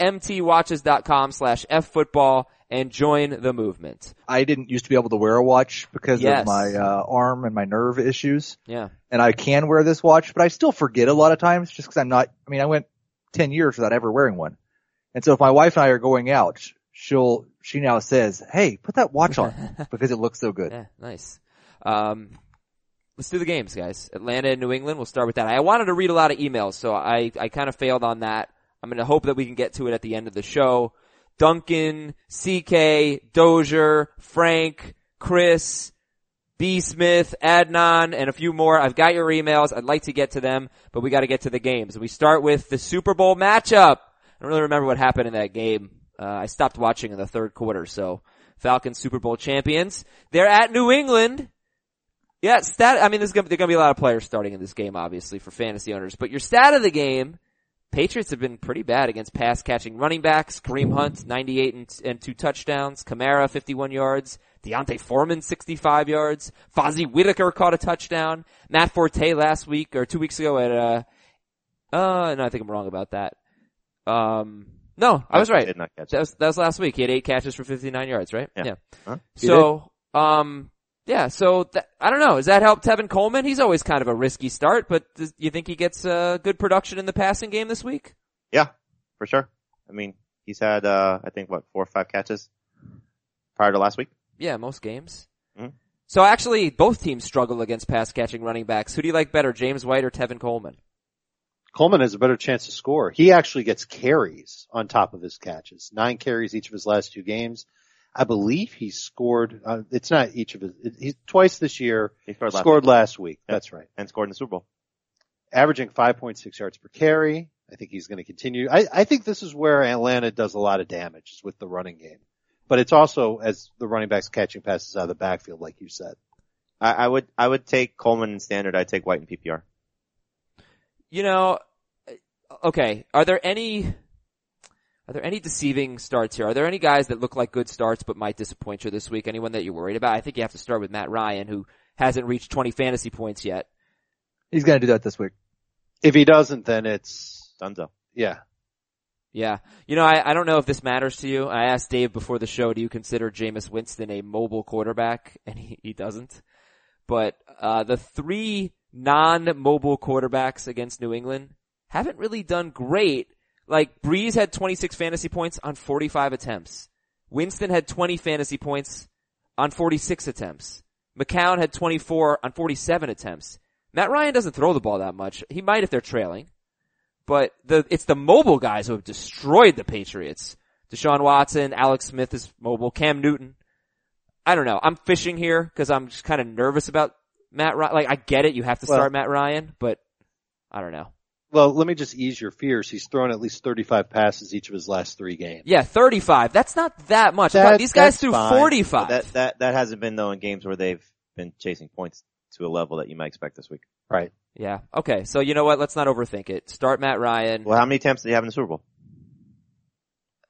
B: mvmtwatches.com slash ffootball, and join the movement.
C: I didn't used to be able to wear a watch because
B: Yes.
C: of my uh, arm and my nerve issues.
B: Yeah.
C: and I can wear this watch, but I still forget a lot of times just because I'm not. I mean, I went ten years without ever wearing one, and so if my wife and I are going out, she'll she now says, "Hey, put that watch on because it looks so good."
B: Yeah, nice. Um, let's do the games, guys. Atlanta and New England. We'll start with that. I wanted to read a lot of emails, so I, I kind of failed on that. I'm going to hope that we can get to it at the end of the show. Duncan, CK, Dozier, Frank, Chris, B. Smith, Adnan, and a few more. I've got your emails. I'd like to get to them, but we got to get to the games. We start with the Super Bowl matchup. I don't really remember what happened in that game. Uh, I stopped watching in the third quarter, so Falcons Super Bowl champions. They're at New England. Yeah, stat. I mean, there's gonna, there gonna be a lot of players starting in this game, obviously, for fantasy owners. But your stat of the game, Patriots have been pretty bad against pass catching running backs. Kareem Hunt, 98 and, and two touchdowns. Kamara, 51 yards. Deontay Foreman, 65 yards. Fozzie Whitaker caught a touchdown. Matt Forte last week or two weeks ago at uh, uh, no, I think I'm wrong about that. Um, no, I was right.
E: Did not catch
B: That
E: it.
B: was, that was last week. He had eight catches for 59 yards, right?
E: Yeah. Huh?
C: He
B: So, um, yeah, so that, I don't know. Does that help Tevin Coleman? He's always kind of a risky start, but does, you think he gets uh, good production in the passing game this week?
E: Yeah, for sure. I mean, he's had, uh, I think what, four or five catches prior to last week?
B: Yeah, most games.
E: Mhm.
B: So actually, both teams struggle against pass catching running backs. Who do you like better, James White or Tevin Coleman?
D: Coleman has a better chance to score. He actually gets carries on top of his catches. Nine carries each of his last two games. I believe he scored, uh, it's not each of his, it- he's twice this year,
E: He scored last
D: scored last week.
E: Yeah.
D: That's right.
E: and scored in the Super Bowl.
D: Averaging 5.6 yards per carry. I think he's going to continue. I, I think this is where Atlanta does a lot of damage is with the running game, but it's also as the running backs catching passes out of the backfield, like you said.
E: I, I would, I would take Coleman in standard. I'd take White in PPR.
B: You know, uh, okay. Are there any? Are there any deceiving starts here? Are there any guys that look like good starts but might disappoint you this week? Anyone that you're worried about? I think you have to start with Matt Ryan, who hasn't reached 20 fantasy points yet.
C: He's gonna do that this week.
D: If he doesn't, then it's,
E: Dunzo.
D: yeah,
B: Yeah. You know, I, I don't know if this matters to you. I asked Dave before the show, do you consider Jameis Winston a mobile quarterback? And he, he doesn't. But, uh, the three non-mobile quarterbacks against New England haven't really done great. Like, Breeze had 26 fantasy points on 45 attempts. Winston had 20 fantasy points on 46 attempts. McCown had 24 on 47 attempts. Matt Ryan doesn't throw the ball that much. He might if they're trailing but the it's the mobile guys who have destroyed the Patriots. Deshaun Watson, Alex Smith is mobile, Cam Newton. I don't know. I'm fishing here because I'm just kind of nervous about Matt Ryan. Like I get it, you have to
D: Well-
B: start Matt Ryan, but I don't know.
D: well, let me just ease your fears. He's thrown at least 35 passes each of his last three games.
B: Yeah, 35. That's not that much.
D: That's-
B: These guys
D: that's
B: threw
D: fine.
B: 45.
E: That, that, that hasn't been though in games where they've been chasing points to a level that you might expect this week.
D: Right.
B: yeah. Okay. So you know what? Let's not overthink it. Start Matt Ryan.
E: Well, how many attempts did he have in the Super Bowl?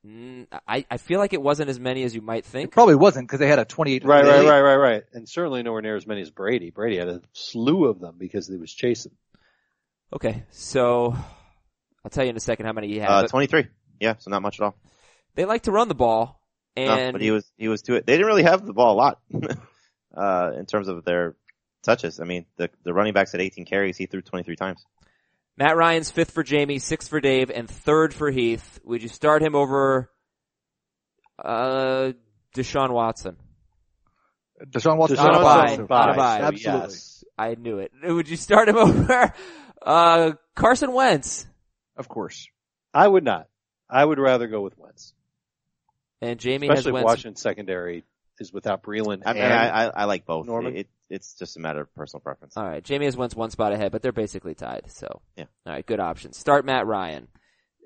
B: Mm, I I feel like it wasn't as many as you might think.
C: It probably wasn't because they had a 28.
D: Right, right,
C: lead.
D: right, right, right. And certainly nowhere near as many as Brady. Brady had a slew of them because he was chasing.
B: Okay. So I'll tell you in a second how many he had.
E: uh,
B: but
E: 23. Yeah, so not much at all.
B: they like to run the ball.
E: No,
B: And
E: but he was he was to it. They didn't really have the ball a lot uh, in terms of their touches. I mean, the the running backs had 18 carries. He threw 23 times.
B: Matt Ryan's fifth for Jamie, sixth for Dave, and third for Heath. Would you start him over uh Deshaun Watson?
C: Deshaun Watson.
D: Deshaun
B: out of
D: Watson
B: bye. Out of
D: buys,
B: bye.
D: so
C: Absolutely.
D: yes.
B: I knew it. Would you start him over uh Carson Wentz?
C: Of course.
D: I would not. I would rather go with Wentz.
B: And Jamie
D: Especially if
B: has Wentz.
D: Washington secondary is without Breland
E: I mean,
D: and
E: I, I, I like both.
D: Norman?
E: It, it's just a matter of personal preference.
B: All right, Jamie has Wentz one spot ahead, but they're basically tied. So
E: Yeah.
B: All right, good option. Start Matt Ryan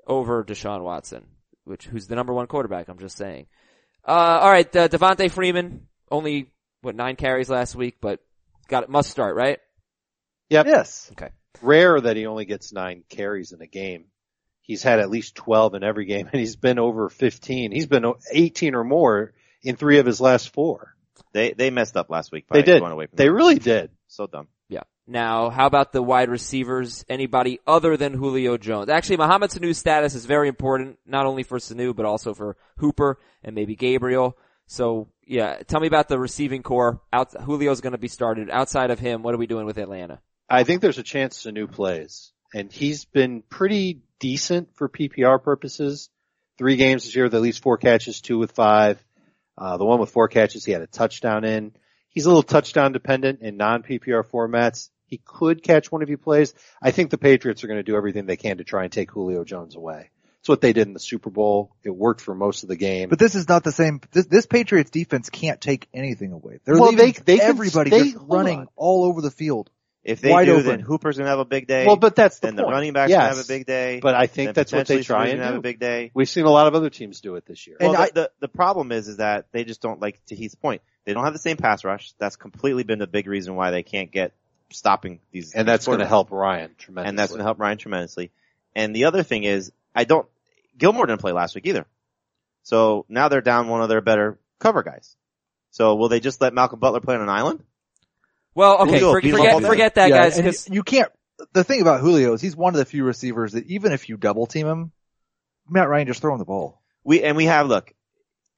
B: over Deshaun Watson, which who's the number one quarterback. I'm just saying. Uh, all right, uh, Devontae Freeman only what nine carries last week, but got it must start right.
D: Yep.
C: Yes.
D: rare that he only gets nine carries in a game. He's had at least 12 in every game and he's been over 15. He's been o- 18 or more in three of his last four.
E: They they messed up last week. By
D: They did.
E: Going away from
D: They
E: that.
D: really did.
E: so dumb.
B: Yeah. Now, how about the wide receivers? Anybody other than Julio Jones? Actually, Mohamed Sanu's status is very important, not only for Sanu, but also for Hooper and maybe Gabriel. So, yeah, tell me about the receiving core. Out, Julio's gonna be started. Outside of him, what are we doing with Atlanta?
D: I think there's a chance Sanu plays and he's been pretty decent for PPR purposes. Three games this year with at least four catches, two with five. Uh, the one with four catches, he had a touchdown in. He's a little touchdown dependent in non-PPR formats. He could catch one if he plays. I think the Patriots are going to do everything they can to try and take Julio Jones away. It's what they did in the Super Bowl. It worked for most of the game.
C: But this is not the same. This, this Patriots defense can't take anything away. They're
D: Well,
C: leaving
D: they- they can
C: everybody
D: stay-
C: just
D: hold
C: running
D: on.
C: all over the field.
E: If they
C: Wide
E: do,
C: open.
E: then Hooper's gonna have a big day.
D: well, but that's the
E: then the
D: point.
E: running backs
D: yes,
E: gonna have a big day.
D: But I
E: then
D: think that's what they
E: potentially
D: try
E: Sanu's gonna have a
D: and do.
E: big day.
D: We've seen a lot of other teams do it this year.
C: And
E: well,
C: I-
E: the, the the problem is is that they just don't like to Heath's point. They don't have the same pass rush. That's completely been the big reason why they can't get stopping these.
D: and that's
E: these
D: going to
E: quarterbacks.
D: help Ryan tremendously.
E: and that's going to help Ryan tremendously. And the other thing is, I don't. Gilmore didn't play last week either, so now they're down one of their better cover guys. So will they just let Malcolm Butler play on an island?
B: Well, okay,
E: Julio
B: for-
E: beat him
B: forget,
E: up.
B: forget that,
C: Yeah,
B: guys.
C: and
B: 'cause-
C: you can't. The thing about Julio is he's one of the few receivers that even if you double team him, Matt Ryan just throwing the ball.
E: We and we have look.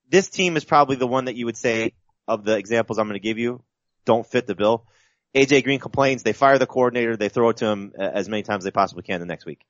E: This team is probably the one that you would say of the examples I'm going to give you don't fit the bill. AJ Green complains. They fire the coordinator. They throw it to him uh, as many times as they possibly can the next week.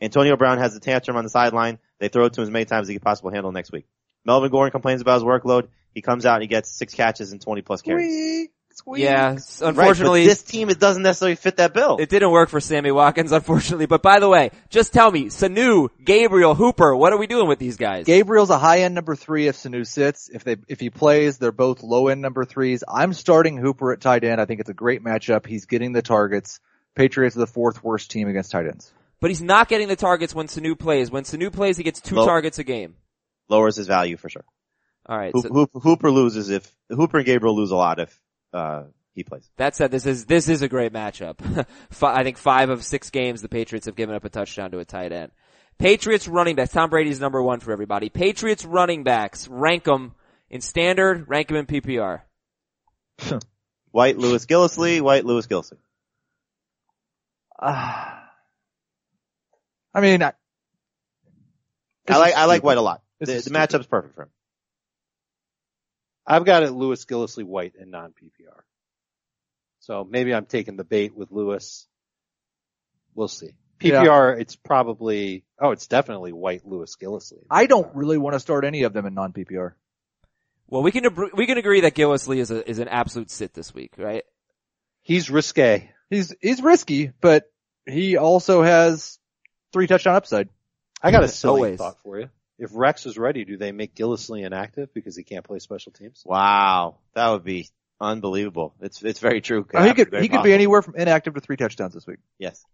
E: Antonio Brown has a tantrum on the sideline. They throw it to him as many times as he can possibly handle next week. Melvin Gordon complains about his workload. He comes out and he gets six catches and 20 plus carries.
B: yeah, s- unfortunately,
E: Right, but this team it doesn't necessarily fit that bill.
B: it didn't work for Sammy Watkins, unfortunately. But by the way, just tell me, Sanu, Gabriel, Hooper, what are we doing with these guys?
C: Gabriel's a high end number three if Sanu sits. If they if he plays, they're both low end number threes. I'm starting Hooper at tight end. I think it's a great matchup. He's getting the targets. Patriots are the fourth worst team against tight ends.
B: but he's not getting the targets when Sanu plays. When Sanu plays, he gets two
E: Well-
B: targets a game.
E: Lowers his value for sure.
B: All right.
E: Hoop,
B: so-
E: Hoop, Hooper loses if Hooper and Gabriel lose a lot if uh, he plays.
B: That said, this is this is a great matchup. Fi- I think five of six games the Patriots have given up a touchdown to a tight end. Patriots running backs. Tom Brady's number one for everybody. Patriots running backs. Rank them in standard. Rank them in PPR.
E: White Lewis Gillisley,
D: Mm-hmm.
E: White Lewis Gillisley.
C: Uh, I mean, I,
E: I like I like White a lot. The,
C: This
E: the
C: is
E: matchup's perfect for him.
D: I've got it Lewis Gillisley White and non PPR. So maybe I'm taking the bait with Lewis. We'll see. PPR, it's probably oh, it's definitely White Lewis Gillisley.
C: I don't really want to start any of them in non PPR.
B: Well, we can abr- we can agree that Gillis Lee is a, is an absolute sit this week, right?
D: He's risque.
C: He's he's risky, but he also has three touchdown upside.
D: I got a silly
B: Always.
D: thought for you. If Rex is ready, do they make Gillisley inactive because he can't play special teams?
E: Wow, that would be unbelievable. It's it's very true.
D: Oh,
C: he could
E: Very
C: he could
E: possible.
C: be anywhere from inactive to three touchdowns this week.
E: Yes,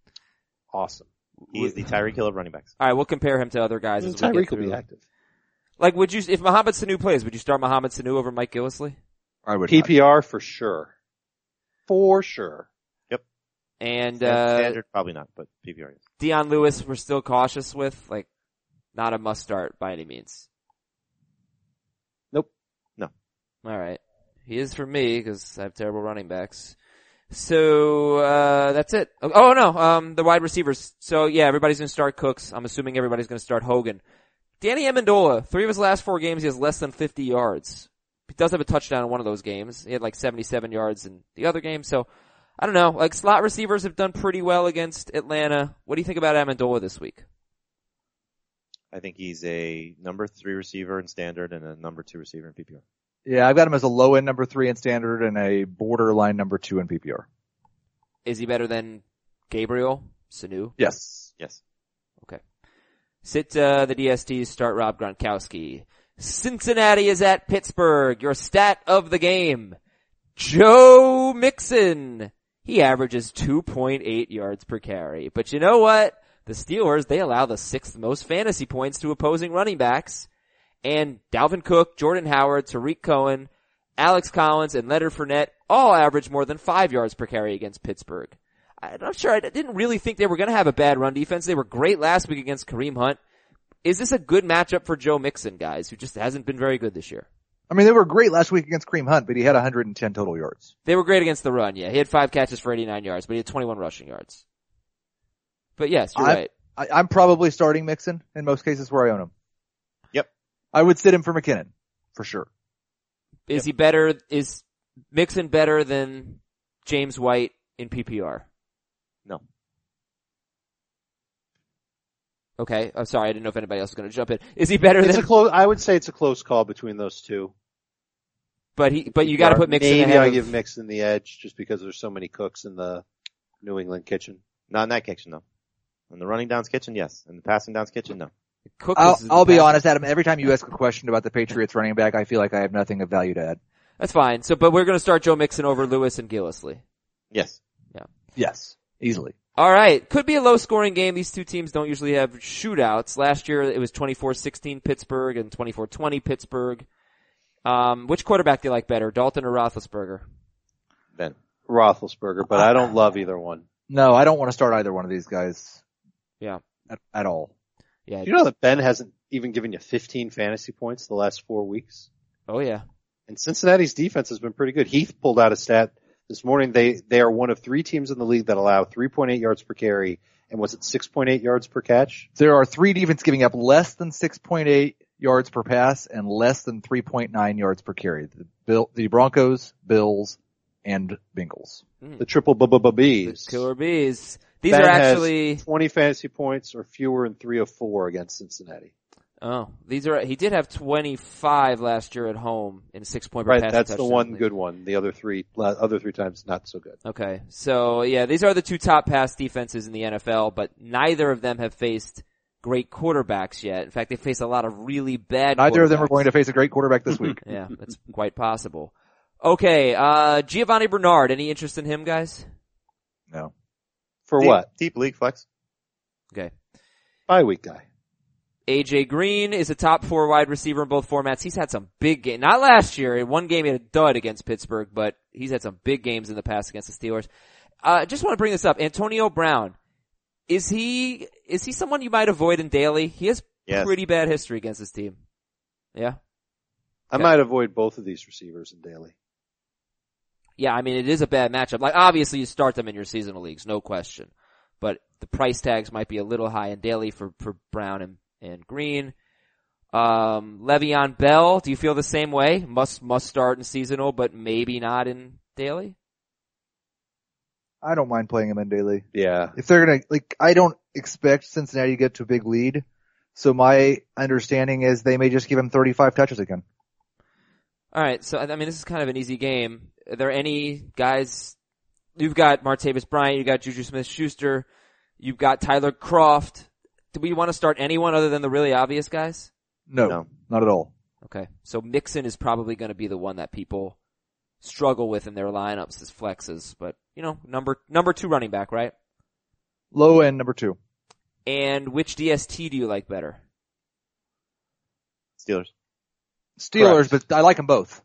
D: Awesome.
E: he's the Tyreek Hill of running backs.
B: All right, we'll compare him to other guys as we get
D: Tyreek will be
B: through.
D: active.
B: Like, would you if Mohamed Sanu plays, would you start Mohamed Sanu over Mike Gillisley?
C: I would. not.
D: PPR for sure. For sure.
B: And uh,
E: Standard probably not, but PPR. Is.
B: Deion Lewis, we're still cautious with. Like, not a must start by any means.
D: Nope.
E: No.
B: All right. He is for me because I have terrible running backs. So uh that's it. Oh, oh, no, um the wide receivers. So yeah, everybody's gonna start Cooks. I'm assuming everybody's gonna start Hogan. Danny Amendola, three of his last four games, he has less than 50 yards. He does have a touchdown in one of those games. He had like 77 yards in the other game. So I don't know. Like slot receivers have done pretty well against Atlanta. What do you think about Amendola this week?
E: I think he's a number three receiver in standard and a number two receiver in PPR.
C: Yeah, I've got him as a low end number three in standard and a borderline number two in PPR.
B: Is he better than Gabriel Sanu?
C: Yes.
E: Yes.
B: Sit uh, the DSTs, start Rob Gronkowski. Cincinnati is at Pittsburgh. Your stat of the game. Joe Mixon. He averages 2.8 yards per carry. But you know what? The Steelers, they allow the sixth most fantasy points to opposing running backs. And Dalvin Cook, Jordan Howard, Tariq Cohen, Alex Collins, and Leonard Fournette all average more than five yards per carry against Pittsburgh. I'm not sure. I didn't really think they were going to have a bad run defense. They were great last week against Kareem Hunt. Is this a good matchup for Joe Mixon, guys, who just hasn't been very good this year?
C: I mean, they were great last week against Cream Hunt, but he had 110 total yards.
B: They were great against the run. Yeah, he had five catches for 89 yards, but he had 21 rushing yards. But yes, you're
C: I'm-
B: right.
C: I, I'm probably starting Mixon in most cases where I own him.
E: Yep.
C: I would sit him for McKinnon for sure.
B: Is he better? Is Mixon better than James White in PPR?
E: No.
B: Okay, I'm sorry. I didn't know if anybody else was going to jump in. Is he better
D: It's a
B: than?
D: close. I would say it's a close call between those two.
B: But he. But you got to put Mixon
D: Maybe
B: ahead
D: I
B: of-
D: give Mixon the edge just because there's so many cooks in the New England kitchen.
E: Not in that kitchen though. In the running downs kitchen, yes. In the passing downs kitchen, no.
B: Cook
C: I'll,
B: is-
C: I'll be honest, Adam. Every time you ask a question about the Patriots running back, I feel like I have nothing of value to add.
B: That's fine. So, but we're going to start Joe Mixon over Lewis and Gillisley.
E: Yes.
C: Yes, easily.
B: All right. Could be a low scoring game. These two teams don't usually have shootouts. Last year it was 24-16 Pittsburgh and 24-20 Pittsburgh. Um, which quarterback do you like better, Dalton or Roethlisberger?
E: Ben.
D: Roethlisberger, but I don't love either one.
C: No, I don't want to start either one of these guys.
B: Yeah.
C: At, at all.
B: Yeah.
D: You know that Ben hasn't even given you 15 fantasy points the last four weeks?
B: Oh yeah.
D: And Cincinnati's defense has been pretty good. Heath pulled out a stat this morning. They they are one of three teams in the league that allow 3.8 yards per carry, and was it 6.8 yards per catch?
C: There are three defense giving up less than 6.8 yards per pass and less than 3.9 yards per carry. The, Bill, the Broncos, Bills, and Bengals.
D: The triple b b b b's.
B: Killer bees. These
D: Ben
B: are
D: has
B: actually
D: 20 fantasy points or fewer in three of four against Cincinnati.
B: oh these are he did have 25 last year at home in six point per
D: Right,
B: pass
D: that's the
B: touchdown
D: one
B: league.
D: good one. The other three, la- other three times not so good.
B: Okay. So yeah, these are the two top pass defenses in the NFL, but neither of them have faced great quarterbacks yet. In fact, they face a lot of really bad
C: Neither of them are
B: quarterbacks.
C: going to face a great quarterback this week.
B: Yeah, that's quite possible. Okay, uh, Giovanni Bernard, any interest in him, guys?
C: no.
D: For
E: deep,
D: what?
E: Deep league flex.
B: Okay.
D: Bye week guy.
B: AJ Green is a top four wide receiver in both formats. He's had some big games. Not last year. In one game he had a dud against Pittsburgh, but he's had some big games in the past against the Steelers. Uh, just want to bring this up. Antonio Brown. Is he, is he someone you might avoid in daily? He has
E: Yes.
B: pretty bad history against this team. Yeah.
D: I
B: Okay.
D: might avoid both of these receivers in daily.
B: Yeah, I mean, it is a bad matchup. Like, obviously you start them in your seasonal leagues, no question. But the price tags might be a little high in daily for, for Brown and, and Green. Um, Le'Veon Bell, do you feel the same way? Must, must start in seasonal, but maybe not in daily?
C: I don't mind playing him in daily.
D: Yeah.
C: If they're gonna, like, I don't expect Cincinnati to get to a big lead. So my understanding is they may just give him 35 touches again.
B: Alright, so, I I mean, this is kind of an easy game. Are there any guys, you've got Martavis Bryant, you've got Juju Smith-Schuster, you've got Tyler Croft. Do we want to start anyone other than the really obvious guys?
C: No,
E: No.
C: not at all.
B: Okay. So Mixon is probably going to be the one that people struggle with in their lineups as flexes, but you know, number, number two running back, right?
C: Low end number two.
B: And which DST do you like better?
E: Steelers.
C: Steelers, but I like them both.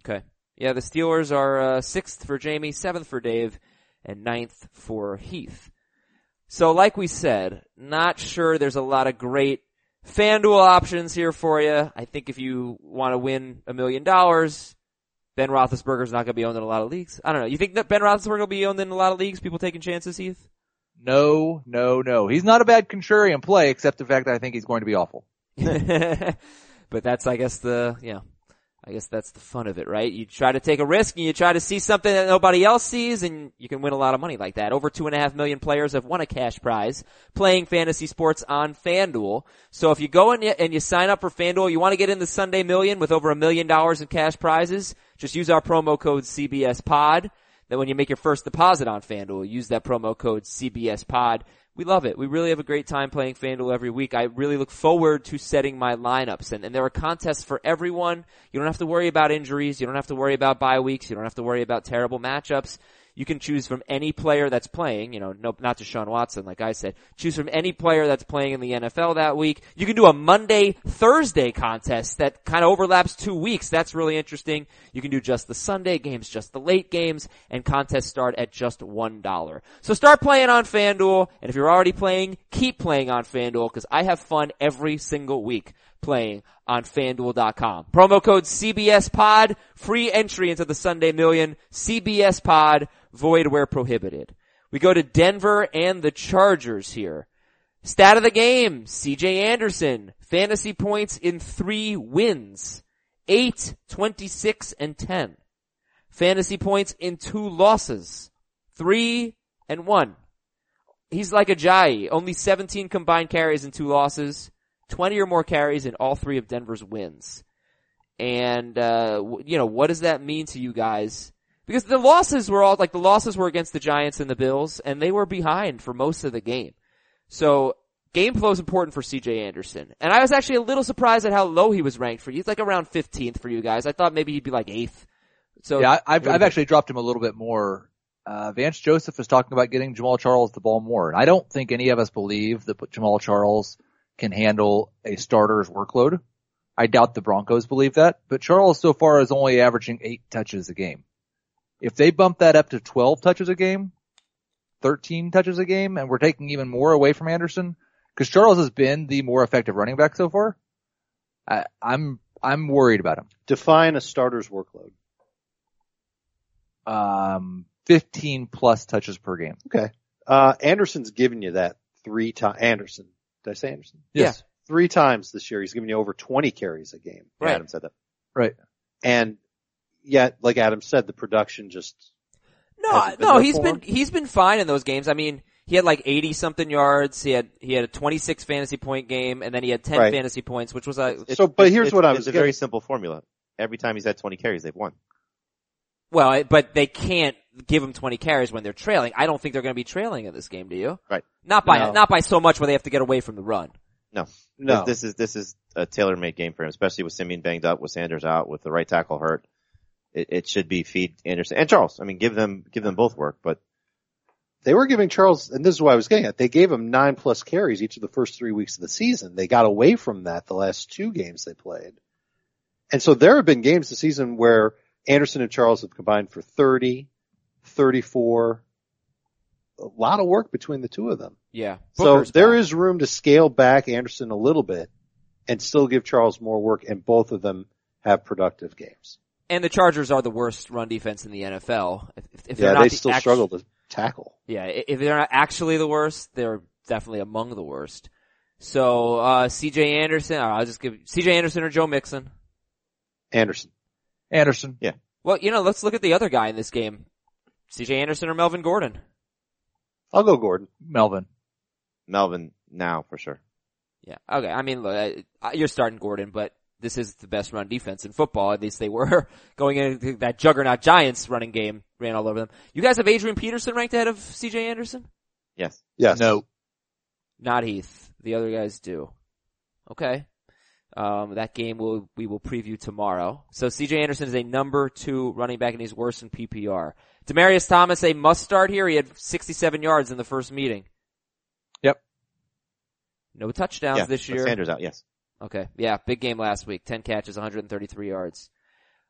B: Okay. Yeah, the Steelers are uh, sixth for Jamie, seventh for Dave, and ninth for Heath. So, like we said, not sure there's a lot of great FanDuel options here for you. I think if you want to win a million dollars, Ben Roethlisberger's not going to be owned in a lot of leagues. I don't know. You think that Ben Roethlisberger will be owned in a lot of leagues? People taking chances, Heath?
C: No, no, no. He's not a bad contrarian play, except the fact that I think he's going to be awful.
B: but that's, I guess, the yeah. I guess that's the fun of it, right? You try to take a risk and you try to see something that nobody else sees, and you can win a lot of money like that. Over two and a half million players have won a cash prize playing fantasy sports on FanDuel. So if you go and you, and you sign up for FanDuel, you want to get in the Sunday Million with over a million dollars in cash prizes. Just use our promo code CBS Pod. Then when you make your first deposit on FanDuel, use that promo code CBS Pod. we love it. We really have a great time playing FanDuel every week. I really look forward to setting my lineups and, and there are contests for everyone. You don't have to worry about injuries. You don't have to worry about bye weeks. You don't have to worry about terrible matchups. You can choose from any player that's playing, you know, no, not Deshaun Watson, like I said. Choose from any player that's playing in the NFL that week. You can do a Monday, Thursday contest that kind of overlaps two weeks. That's really interesting. You can do just the Sunday games, just the late games, and contests start at just $1. So start playing on FanDuel, and if you're already playing, keep playing on FanDuel, because I have fun every single week playing on fanduel.com. Promo code CBS pod, free entry into the Sunday million, CBS pod, void where prohibited. We go to Denver and the Chargers here. Stat of the game, CJ Anderson, fantasy points in three wins, 8, 26, and 10. Fantasy points in two losses, 3 and 1. He's like a Jai, only 17 combined carries and two losses, 20 or more carries in all three of Denver's wins. And, uh, w- you know, what does that mean to you guys? Because the losses were all, like the losses were against the Giants and the Bills, and they were behind for most of the game. So, game flow is important for CJ Anderson. And I was actually a little surprised at how low he was ranked for you. He's like around 15th for you guys. I thought maybe he'd be like 8th. So,
C: Yeah, I, I've,
B: what do you
C: I've
B: think?
C: actually dropped him a little bit more. Uh, Vance Joseph is talking about getting Jamal Charles the ball more. And I don't think any of us believe that Jamal Charles can handle a starter's workload. I doubt the Broncos believe that, but Charles so far is only averaging eight touches a game. If they bump that up to 12 touches a game, 13 touches a game, and we're taking even more away from Anderson, because Charles has been the more effective running back so far, I, I'm, I'm worried about him.
D: Define a starter's workload.
C: um, 15 plus touches per game.
D: Uh, Anderson's given you that three times. Anderson. Did I say Anderson?
B: Yes.
D: Three times this year. He's given you over 20 carries a game.
B: Right.
D: Adam said that.
C: Right.
D: And yet, like Adam said, the production just,
B: No,
D: Has it been
B: no,
D: there
B: he's
D: for
B: been he's been fine in those games. I mean, he had like eighty something yards. He had he had a twenty six fantasy point game, and then he had ten
D: Right.
B: fantasy points, which was a
D: So, but
E: it's-
D: here's
E: it's-
D: what I
E: it's
D: was
E: a very simple formula. Every time he's had 20 carries, they've won.
B: well. I- But they can't give him twenty carries when they're trailing. I don't think they're going to be trailing in this game. Do you?
E: Right.
B: Not by
D: No.
B: not by so much where they have to get away from the run.
D: no.
E: This, this is this is a tailor-made game for him, especially with Simeon banged up, with Sanders out, with the right tackle hurt. It, it should be feed Anderson and Charles. I mean, give them give them both work, but
D: they were giving Charles, and this is what I was getting at. They gave him nine plus carries each of the first three weeks of the season. They got away from that the last two games they played. And so there have been games this season where Anderson and Charles have combined for 30, 34, a lot of work between the two of them.
B: Yeah.
D: so there is room to scale back Anderson a little bit and still give Charles more work and both of them have productive games.
B: and the Chargers are the worst run defense in the NFL. If, if- if they're
D: yeah,
B: not
D: they
B: the
D: still
B: act-
D: struggle to tackle.
B: Yeah, i- if they're not actually the worst, they're definitely among the worst. So uh C.J. Anderson, or I'll just give C.J. Anderson or Joe Mixon.
D: Anderson.
C: Anderson.
B: Well, you know, let's look at the other guy in this game. CJ Anderson or Melvin Gordon.
D: I'll go Gordon.
C: Melvin.
E: Melvin now for sure.
B: Yeah. Okay. I mean, look, I- I- you're starting Gordon, but this is the best run defense in football. At least they were going into that juggernaut Giants running game ran all over them. You guys have Adrian Peterson ranked ahead of CJ Anderson?
E: Yes.
D: Yes.
C: No.
B: Not Heath. The other guys do. Okay. Um, that game will we will preview tomorrow. So CJ Anderson is a number two running back and he's worse in PPR. Demarius Thomas a must start here. He had 67 yards in the first meeting.
C: Yep.
B: No touchdowns
E: yeah.
B: this
E: but
B: year.
E: Sanders out. Yes.
B: Okay. Yeah, big game last week. 10 catches, 133 yards.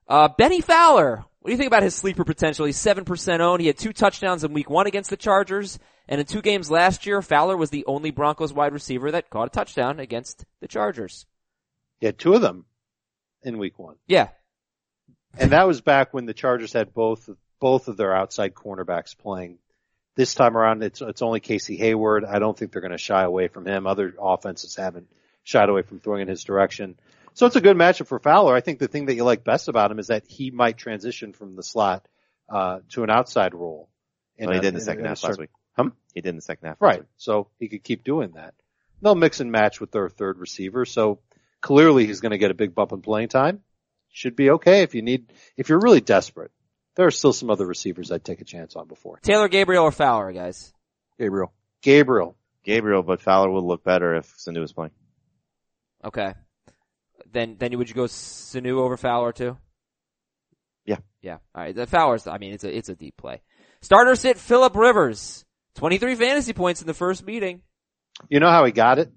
B: Uh, Benny Fowler. What do you think about his sleeper potential? He's 7% owned. He had two touchdowns in week one against the Chargers. And in two games last year, Fowler was the only Broncos wide receiver that caught a touchdown against the Chargers.
D: He had two of them in week one.
B: Yeah.
D: And that was back when the Chargers had both, both of their outside cornerbacks playing. This time around, it's, it's only Casey Hayward. I don't think they're going to shy away from him. Other offenses haven't shied away from throwing in his direction. So it's a good matchup for Fowler. I think the thing that you like best about him is that he might transition from the slot, uh, to an outside role. in
E: Well, Oh, he
D: a-
E: did in the
D: in a-
E: second
D: in a
E: half
D: certain-
E: last week.
D: Hum?
E: He did in the second half. last
D: Right.
E: week.
D: So he could keep doing that. They'll mix and match with their third receiver. So clearly he's going to get a big bump in playing time. Should be okay if you need, if you're really desperate. There are still some other receivers I'd take a chance on before.
B: Taylor Gabriel or Fowler, guys?
C: Gabriel.
D: Gabriel.
E: Gabriel, but Fowler would look better if Sanu was playing.
B: Okay. Then, then you would you go Sanu over Fowler too?
E: Yeah.
B: Yeah. All right. The Fowler's. I mean, it's a it's a deep play. Starter sit Philip Rivers. Twenty three fantasy points in the first meeting.
D: You know how he got it?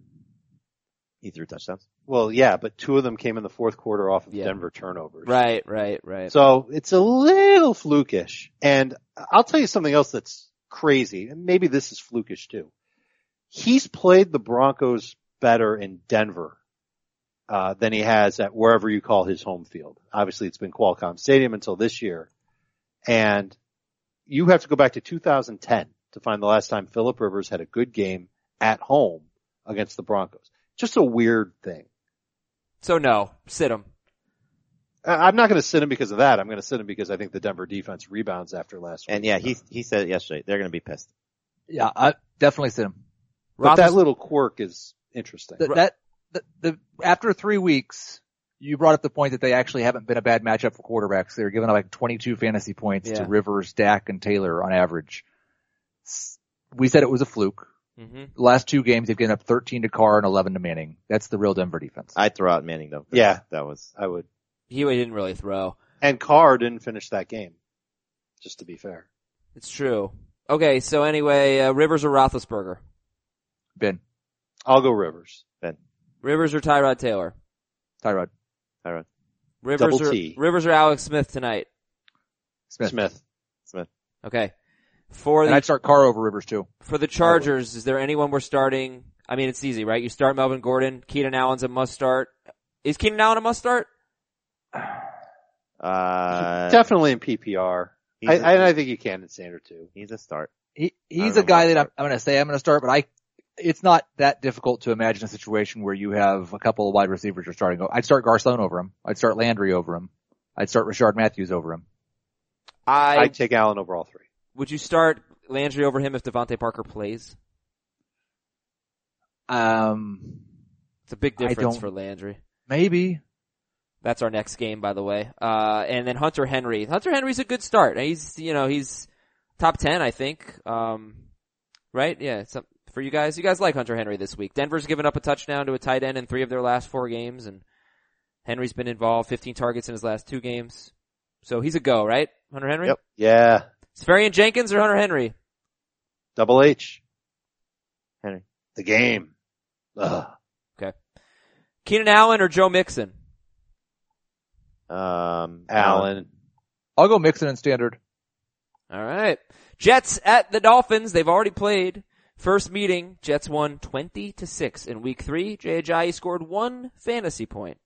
E: He threw touchdowns.
D: Well, yeah, but two of them came in the fourth quarter off of
B: Yeah.
D: Denver turnovers.
B: Right. Right. Right.
D: So it's a little flukish. And I'll tell you something else that's crazy. And maybe this is flukish too. He's played the Broncos better in Denver, uh, than he has at wherever you call his home field. Obviously it's been Qualcomm Stadium until this year. And you have to go back to 2010 to find the last time Philip Rivers had a good game at home against the Broncos. Just a weird thing.
B: So no, sit him.
D: I- Uh, I'm not going to sit him because of that. I'm going to sit him because I think the Denver defense rebounds after last week.
E: And yeah, he he said it yesterday. They're going to be pissed.
C: Yeah, I definitely sit him.
D: but that
B: Roethlis-
D: little quirk is interesting.
C: That, that the, the after three weeks, you brought up the point that they actually haven't been a bad matchup for quarterbacks. They were giving up like 22 fantasy points
B: Yeah.
C: to Rivers, Dak, and Taylor on average. S- We said it was a fluke.
B: Mhm.
C: The last two games, they've given up 13 to Carr and 11 to Manning. That's the real Denver defense.
E: I'd throw out Manning though.
D: Yeah.
E: that was
D: I would.
B: He didn't really throw.
D: And Carr didn't finish that game. Just to be fair.
B: It's true. Okay. So anyway, uh, Rivers or Roethlisberger.
C: ben,
D: I'll go Rivers.
B: Rivers or Tyrod Taylor.
C: Tyrod,
B: Rivers
D: Double
B: or
D: T.
B: Rivers or Alex Smith tonight.
C: Smith.
D: Smith.
B: Okay. For
C: And
B: the
C: I'd start Carr over Rivers too.
B: for the Chargers, is there anyone we're starting? I mean, it's easy, right? You start Melvin Gordon. Keenan Allen's a must start. Is Keenan Allen a must start?
E: uh
D: Definitely in PPR.
E: he's
D: I,
E: a-
D: I, and I think you can in standard too.
E: he's a start.
C: He,
E: I don't
C: he's
E: know
C: a guy
E: about
C: that I'm, I'm going to say I'm going to start, but I, it's not that difficult to imagine a situation where you have a couple of wide receivers you're starting. I'd start Garcon over him. I'd start Landry over him. I'd start Richard Matthews over him.
B: I
D: I'd take Allen over all three.
B: would you start Landry over him if Devontae Parker plays?
C: Um,
B: It's a big
C: I
B: difference
C: don't-
B: for Landry.
C: maybe
B: That's our next game, by the way. Uh, and then Hunter Henry. Hunter Henry's a good start. He's, you know, he's top 10, I think. Um, right? Yeah. It's up for you guys. You guys like Hunter Henry this week. Denver's given up a touchdown to a tight end in three of their last four games and Henry's been involved, 15 targets in his last two games. So he's a go, right? Hunter Henry?
D: Yep. Yeah.
B: Safarian Jenkins or Hunter Henry?
D: Double H.
E: Henry.
D: The game. Ugh.
B: Keenan Allen or Joe Mixon?
E: Um,
D: Allen.
C: I'll go Mixon and standard.
B: All right. Jets at the Dolphins. They've already played. First meeting, Jets won 20 to 6 in week 3. Jay Ajayi scored one fantasy point.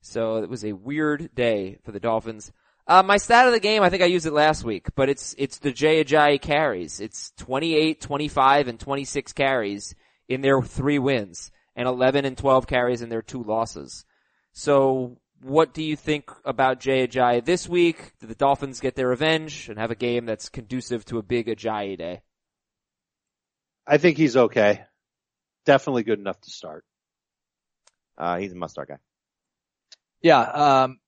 B: So it was a weird day for the Dolphins. Uh, my stat of the game, I think I used it last week, but it's, it's the Jay Ajayi carries. It's 28, 25, and 26 carries in their three wins and 11 and 12 carries in their two losses. So what do you think about Jay Ajayi this week? Do the Dolphins get their revenge and have a game that's conducive to a big Ajayi day?
D: I think he's okay. Definitely good enough to start.
E: Uh, he's a must start guy.
C: Yeah. Um,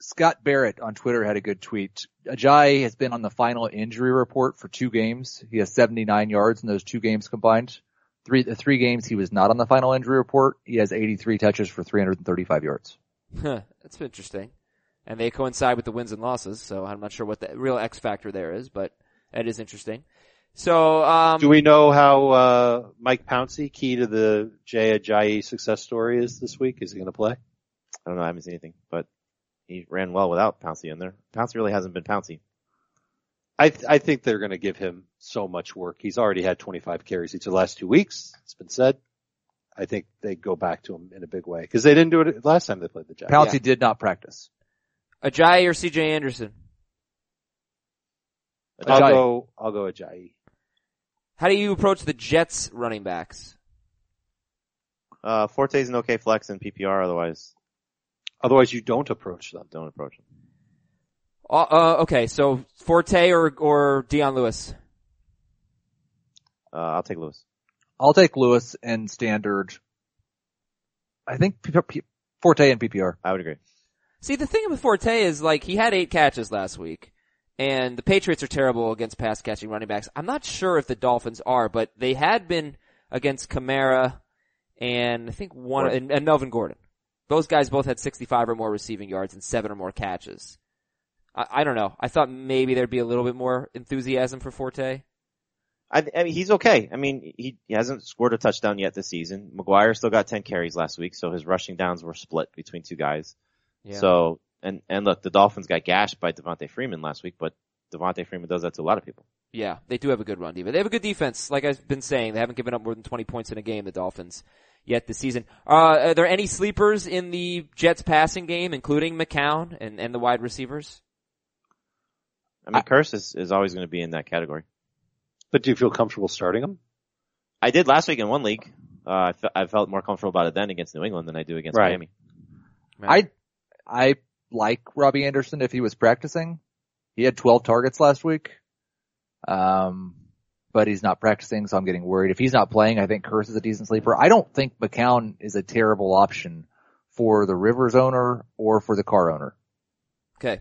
C: Scott Barrett on Twitter had a good tweet. Ajayi has been on the final injury report for two games. He has 79 yards in those two games combined. Three, the three games he was not on the final injury report. He has 83 touches for 335 yards.
B: Huh, that's interesting. And they coincide with the wins and losses, so I'm not sure what the real X factor there is, but that is interesting. So, um,
D: Do we know how uh, Mike Pouncey, key to the Jay Ajayi success story, is this week? Is he going to play?
E: I don't know. I haven't seen anything, but he ran well without Pouncey in there. Pouncey really hasn't been Pouncey.
D: I th- I think they're going to give him so much work. He's already had 25 carries each of the last two weeks. It's been said. I think they go back to him in a big way because they didn't do it last time they played the Jags.
C: Pouncey did not practice.
B: Ajayi or CJ Anderson?
D: I'll
C: Ajayi.
D: go. I'll go Ajayi.
B: How do you approach the Jets running backs?
E: Uh, Forte's an okay flex in PPR. Otherwise,
D: Otherwise, you don't approach them.
E: don't approach him.
B: Uh, uh, okay, so Forte or, or Dion Lewis?
E: Uh, I'll take Lewis.
C: I'll take Lewis and standard. I think P- P- Forte and PPR.
E: I would agree.
B: See, the thing with Forte is like he had eight catches last week, and the Patriots are terrible against pass catching running backs. I'm not sure if the Dolphins are, but they had been against Kamara and I think one and, and Melvin Gordon. Those guys both had 65 or more receiving yards and seven or more catches. I, I don't know. I thought maybe there'd be a little bit more enthusiasm for Forte.
E: I, I mean, he's okay. I mean, he, he hasn't scored a touchdown yet this season. McGuire still got 10 carries last week, so his rushing downs were split between two guys.
B: Yeah.
E: So, and, and look, the Dolphins got gashed by Devontae Freeman last week, but Devontae Freeman does that to a lot of people.
B: Yeah, they do have a good run defense. They have a good defense. Like I've been saying, they haven't given up more than 20 points in a game, the Dolphins, yet this season. Uh, are there any sleepers in the Jets passing game, including McCown and, and the wide receivers?
E: I mean, Curse is, is always going to be in that category.
D: But do you feel comfortable starting him?
E: I did last week in one league. Uh, I, fe- I felt more comfortable about it then against New England than I do against
D: Right.
E: Miami.
C: I I like Robbie Anderson if he was practicing. He had 12 targets last week. Um, but he's not practicing, so I'm getting worried. If he's not playing, I think Curse is a decent sleeper. I don't think McCown is a terrible option for the Rivers owner or for the car owner.
B: Okay.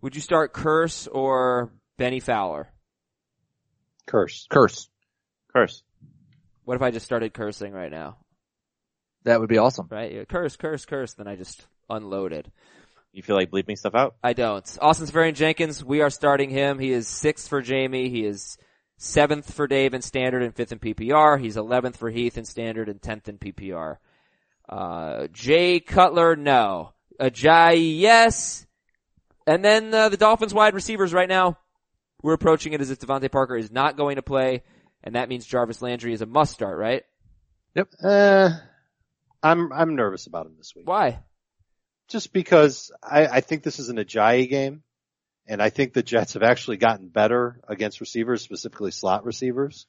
B: Would you start Curse or Benny Fowler?
D: Curse.
C: Curse.
E: Curse.
B: What if I just started cursing right now?
C: That would be awesome.
B: Right? Yeah, Curse, curse, curse, then I just unloaded.
E: You feel like bleeping stuff out?
B: I don't. Austin Severian Jenkins, we are starting him. He is sixth for Jamie. He is seventh for Dave in standard and fifth in PPR. He's eleventh for Heath in standard and tenth in PPR. Uh, Jay Cutler, no. Ajayi, yes. And then uh, the Dolphins wide receivers right now, we're approaching it as if Devontae Parker is not going to play, and that means Jarvis Landry is a must start, right?
D: Uh, I'm I'm nervous about him this week.
B: Why?
D: just because I, I think this is an Ajayi game, and I think the Jets have actually gotten better against receivers, specifically slot receivers.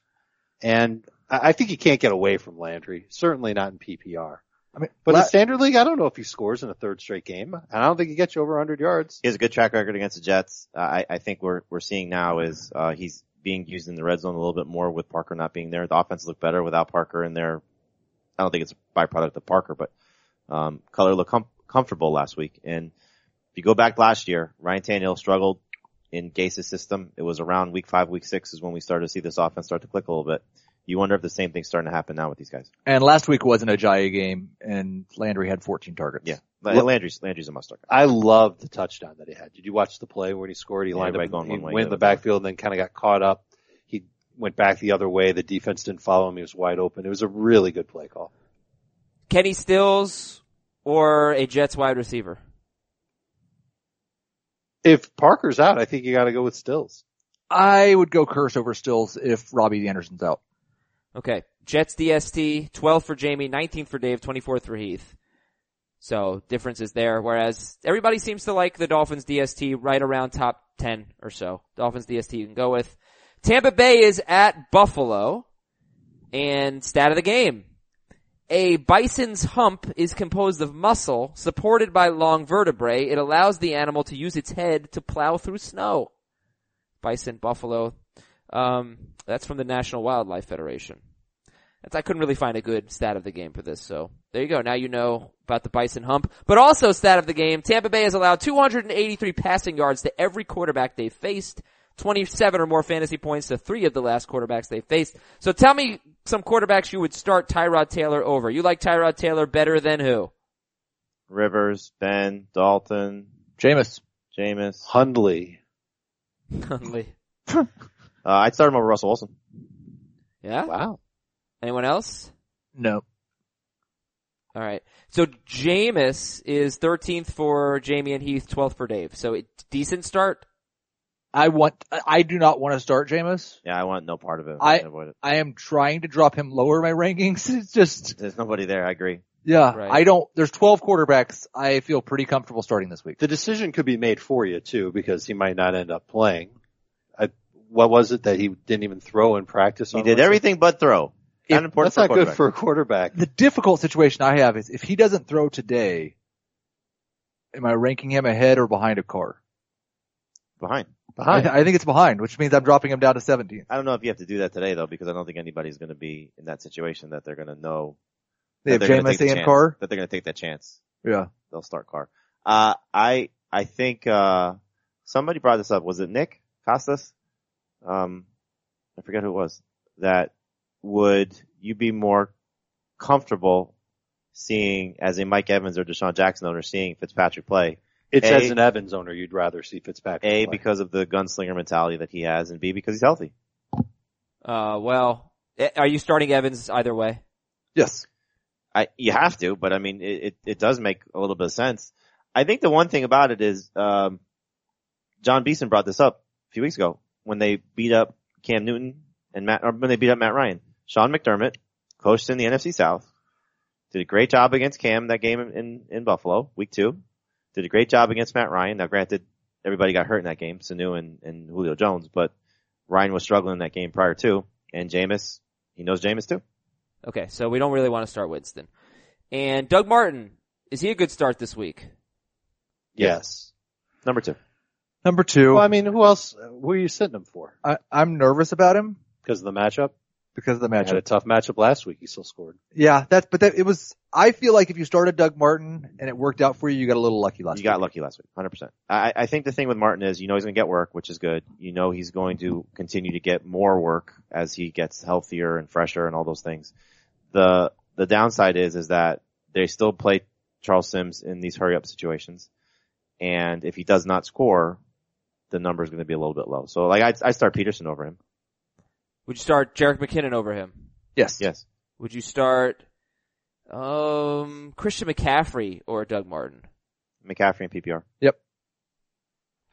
D: And I, I think you can't get away from Landry, certainly not in PPR.
C: I mean,
D: But
C: la-
D: in standard league, I don't know if he scores in a third straight game, and I don't think he gets you over 100 yards.
E: He has a good track record against the Jets. Uh, I, I think we're we're seeing now is uh, he's being used in the red zone a little bit more with Parker not being there. The offense looked better without Parker in there. I don't think it's a byproduct of Parker, but um, Color looked com- comfortable last week. And if you go back last year, Ryan Tannehill struggled in Gase's system. It was around week five, week six is when we started to see this offense start to click a little bit. You wonder if the same thing's starting to happen now with these guys.
C: and last week was an Ajayi game, and Landry had 14 targets.
E: Yeah, Landry's Landry's a must start.
D: I loved the touchdown that he had. Did you watch the play when he scored? He
E: Yeah,
D: lined
E: everybody
D: up,
E: going
D: he
E: one way,
D: went in the
E: the other way.
D: backfield, and then kind of got caught up. He went back the other way. The defense didn't follow him. He was wide open. It was a really good play call.
B: Kenny Stills or a Jets wide receiver?
D: If Parker's out, I think you got to go with Stills.
C: I would go Curse over Stills if Robbie Anderson's out.
B: Okay. Jets DST, 12 for Jamie, 19th for Dave, 24th for Heath. So difference is there, whereas everybody seems to like the Dolphins DST right around top 10 or so. Dolphins DST you can go with. Tampa Bay is at Buffalo and stat of the game. A bison's hump is composed of muscle supported by long vertebrae. It allows the animal to use its head to plow through snow. Bison, buffalo. Um, that's from the National Wildlife Federation. That's, I couldn't really find a good stat of the game for this, so there you go. Now you know about the bison hump. But also stat of the game, Tampa Bay has allowed 283 passing yards to every quarterback they faced, 27 or more fantasy points to three of the last quarterbacks they faced. So tell me some quarterbacks you would start Tyrod Taylor over. You like Tyrod Taylor better than who?
E: Rivers, Ben, Dalton,
C: Jameis.
E: Jameis.
D: Hundley.
B: Hundley.
E: Uh, I'd start him over Russell Wilson.
B: Yeah?
D: Wow.
B: Anyone else?
C: No.
B: All right. So Jameis is 13th for Jamie and Heath, 12th for Dave. So it, decent start.
C: I want, I- I do not want to start Jameis.
E: Yeah, I want no part of it.
C: I-
E: can avoid it.
C: I am trying to drop him lower in my rankings. It's just,
E: There's nobody there. I agree.
C: yeah,
B: Right.
C: I don't, there's 12 quarterbacks I feel pretty comfortable starting this week.
D: The decision could be made for you too, because he might not end up playing. I, what was it that he didn't even throw in practice?
E: He
D: on
E: did
D: Wednesday?
E: everything but throw.
C: If-
E: Not important
D: That's
E: for a
D: not good
E: quarterback.
D: for a quarterback.
C: The difficult situation I have is if he doesn't throw today, am I ranking him ahead or behind of Carr?
E: behind.
C: I, th-
D: Behind.
C: I think it's behind, which means I'm dropping him down to 17.
E: I don't know if you have to do that today though, because I don't think anybody's going to be in that situation that they're going to know
C: They
E: that
C: have
E: they're gonna
C: Jameis
E: take the
C: and
E: chance-
C: Carr.
E: that they're going to take that chance.
C: Yeah.
E: They'll start Carr. Uh, I I think uh, somebody brought this up. Was it Nick Costas? Um, I forget who it was. That would you be more comfortable seeing as a Mike Evans or Deshaun Jackson owner seeing Fitzpatrick play?
D: It's
E: A-
D: as an Evans owner, you'd rather see Fitzpatrick.
E: A,
D: play.
E: because of the gunslinger mentality that he has, and B, because he's healthy.
B: Uh, well, eh, are you starting Evans either way?
C: Yes.
E: I, you have to, but I mean, it, it, it does make a little bit of sense. I think the one thing about it is, um, John Beeson brought this up a few weeks ago when they beat up Cam Newton and Matt, or when they beat up Matt Ryan. Sean McDermott coached in the NFC South, did a great job against Cam that game in, in Buffalo, week two, did a great job against Matt Ryan. Now granted, everybody got hurt in that game, Sanu and, and Julio Jones, but Ryan was struggling in that game prior to, and Jameis, he knows Jameis too.
B: Okay, so we don't really want to start Winston. And Doug Martin, is he a good start this week?
D: yes.
E: Number two.
C: Number two,
D: Well, I mean, who else? Who are you sitting him for?
C: I, I'm nervous about him
D: Because of the matchup.
C: because of the
D: Had
C: matchup.
D: a tough matchup last week. He still scored.
C: Yeah, that's, but that, it was, I feel like if you started Doug Martin and it worked out for you, you got a little lucky last
E: You got
C: week.
E: lucky last week, 100%. I, I think the thing with Martin is, you know, he's going to get work, which is good. You know, he's going to continue to get more work as he gets healthier and fresher and all those things. The, the downside is, is that they still play Charles Sims in these hurry up situations. And if he does not score, the number is going to be a little bit low. So like I, I start Peterson over him.
B: Would you start Jarek McKinnon over him?
C: Yes.
E: Yes.
B: Would you start, um, Christian McCaffrey or Doug Martin?
E: McCaffrey and PPR.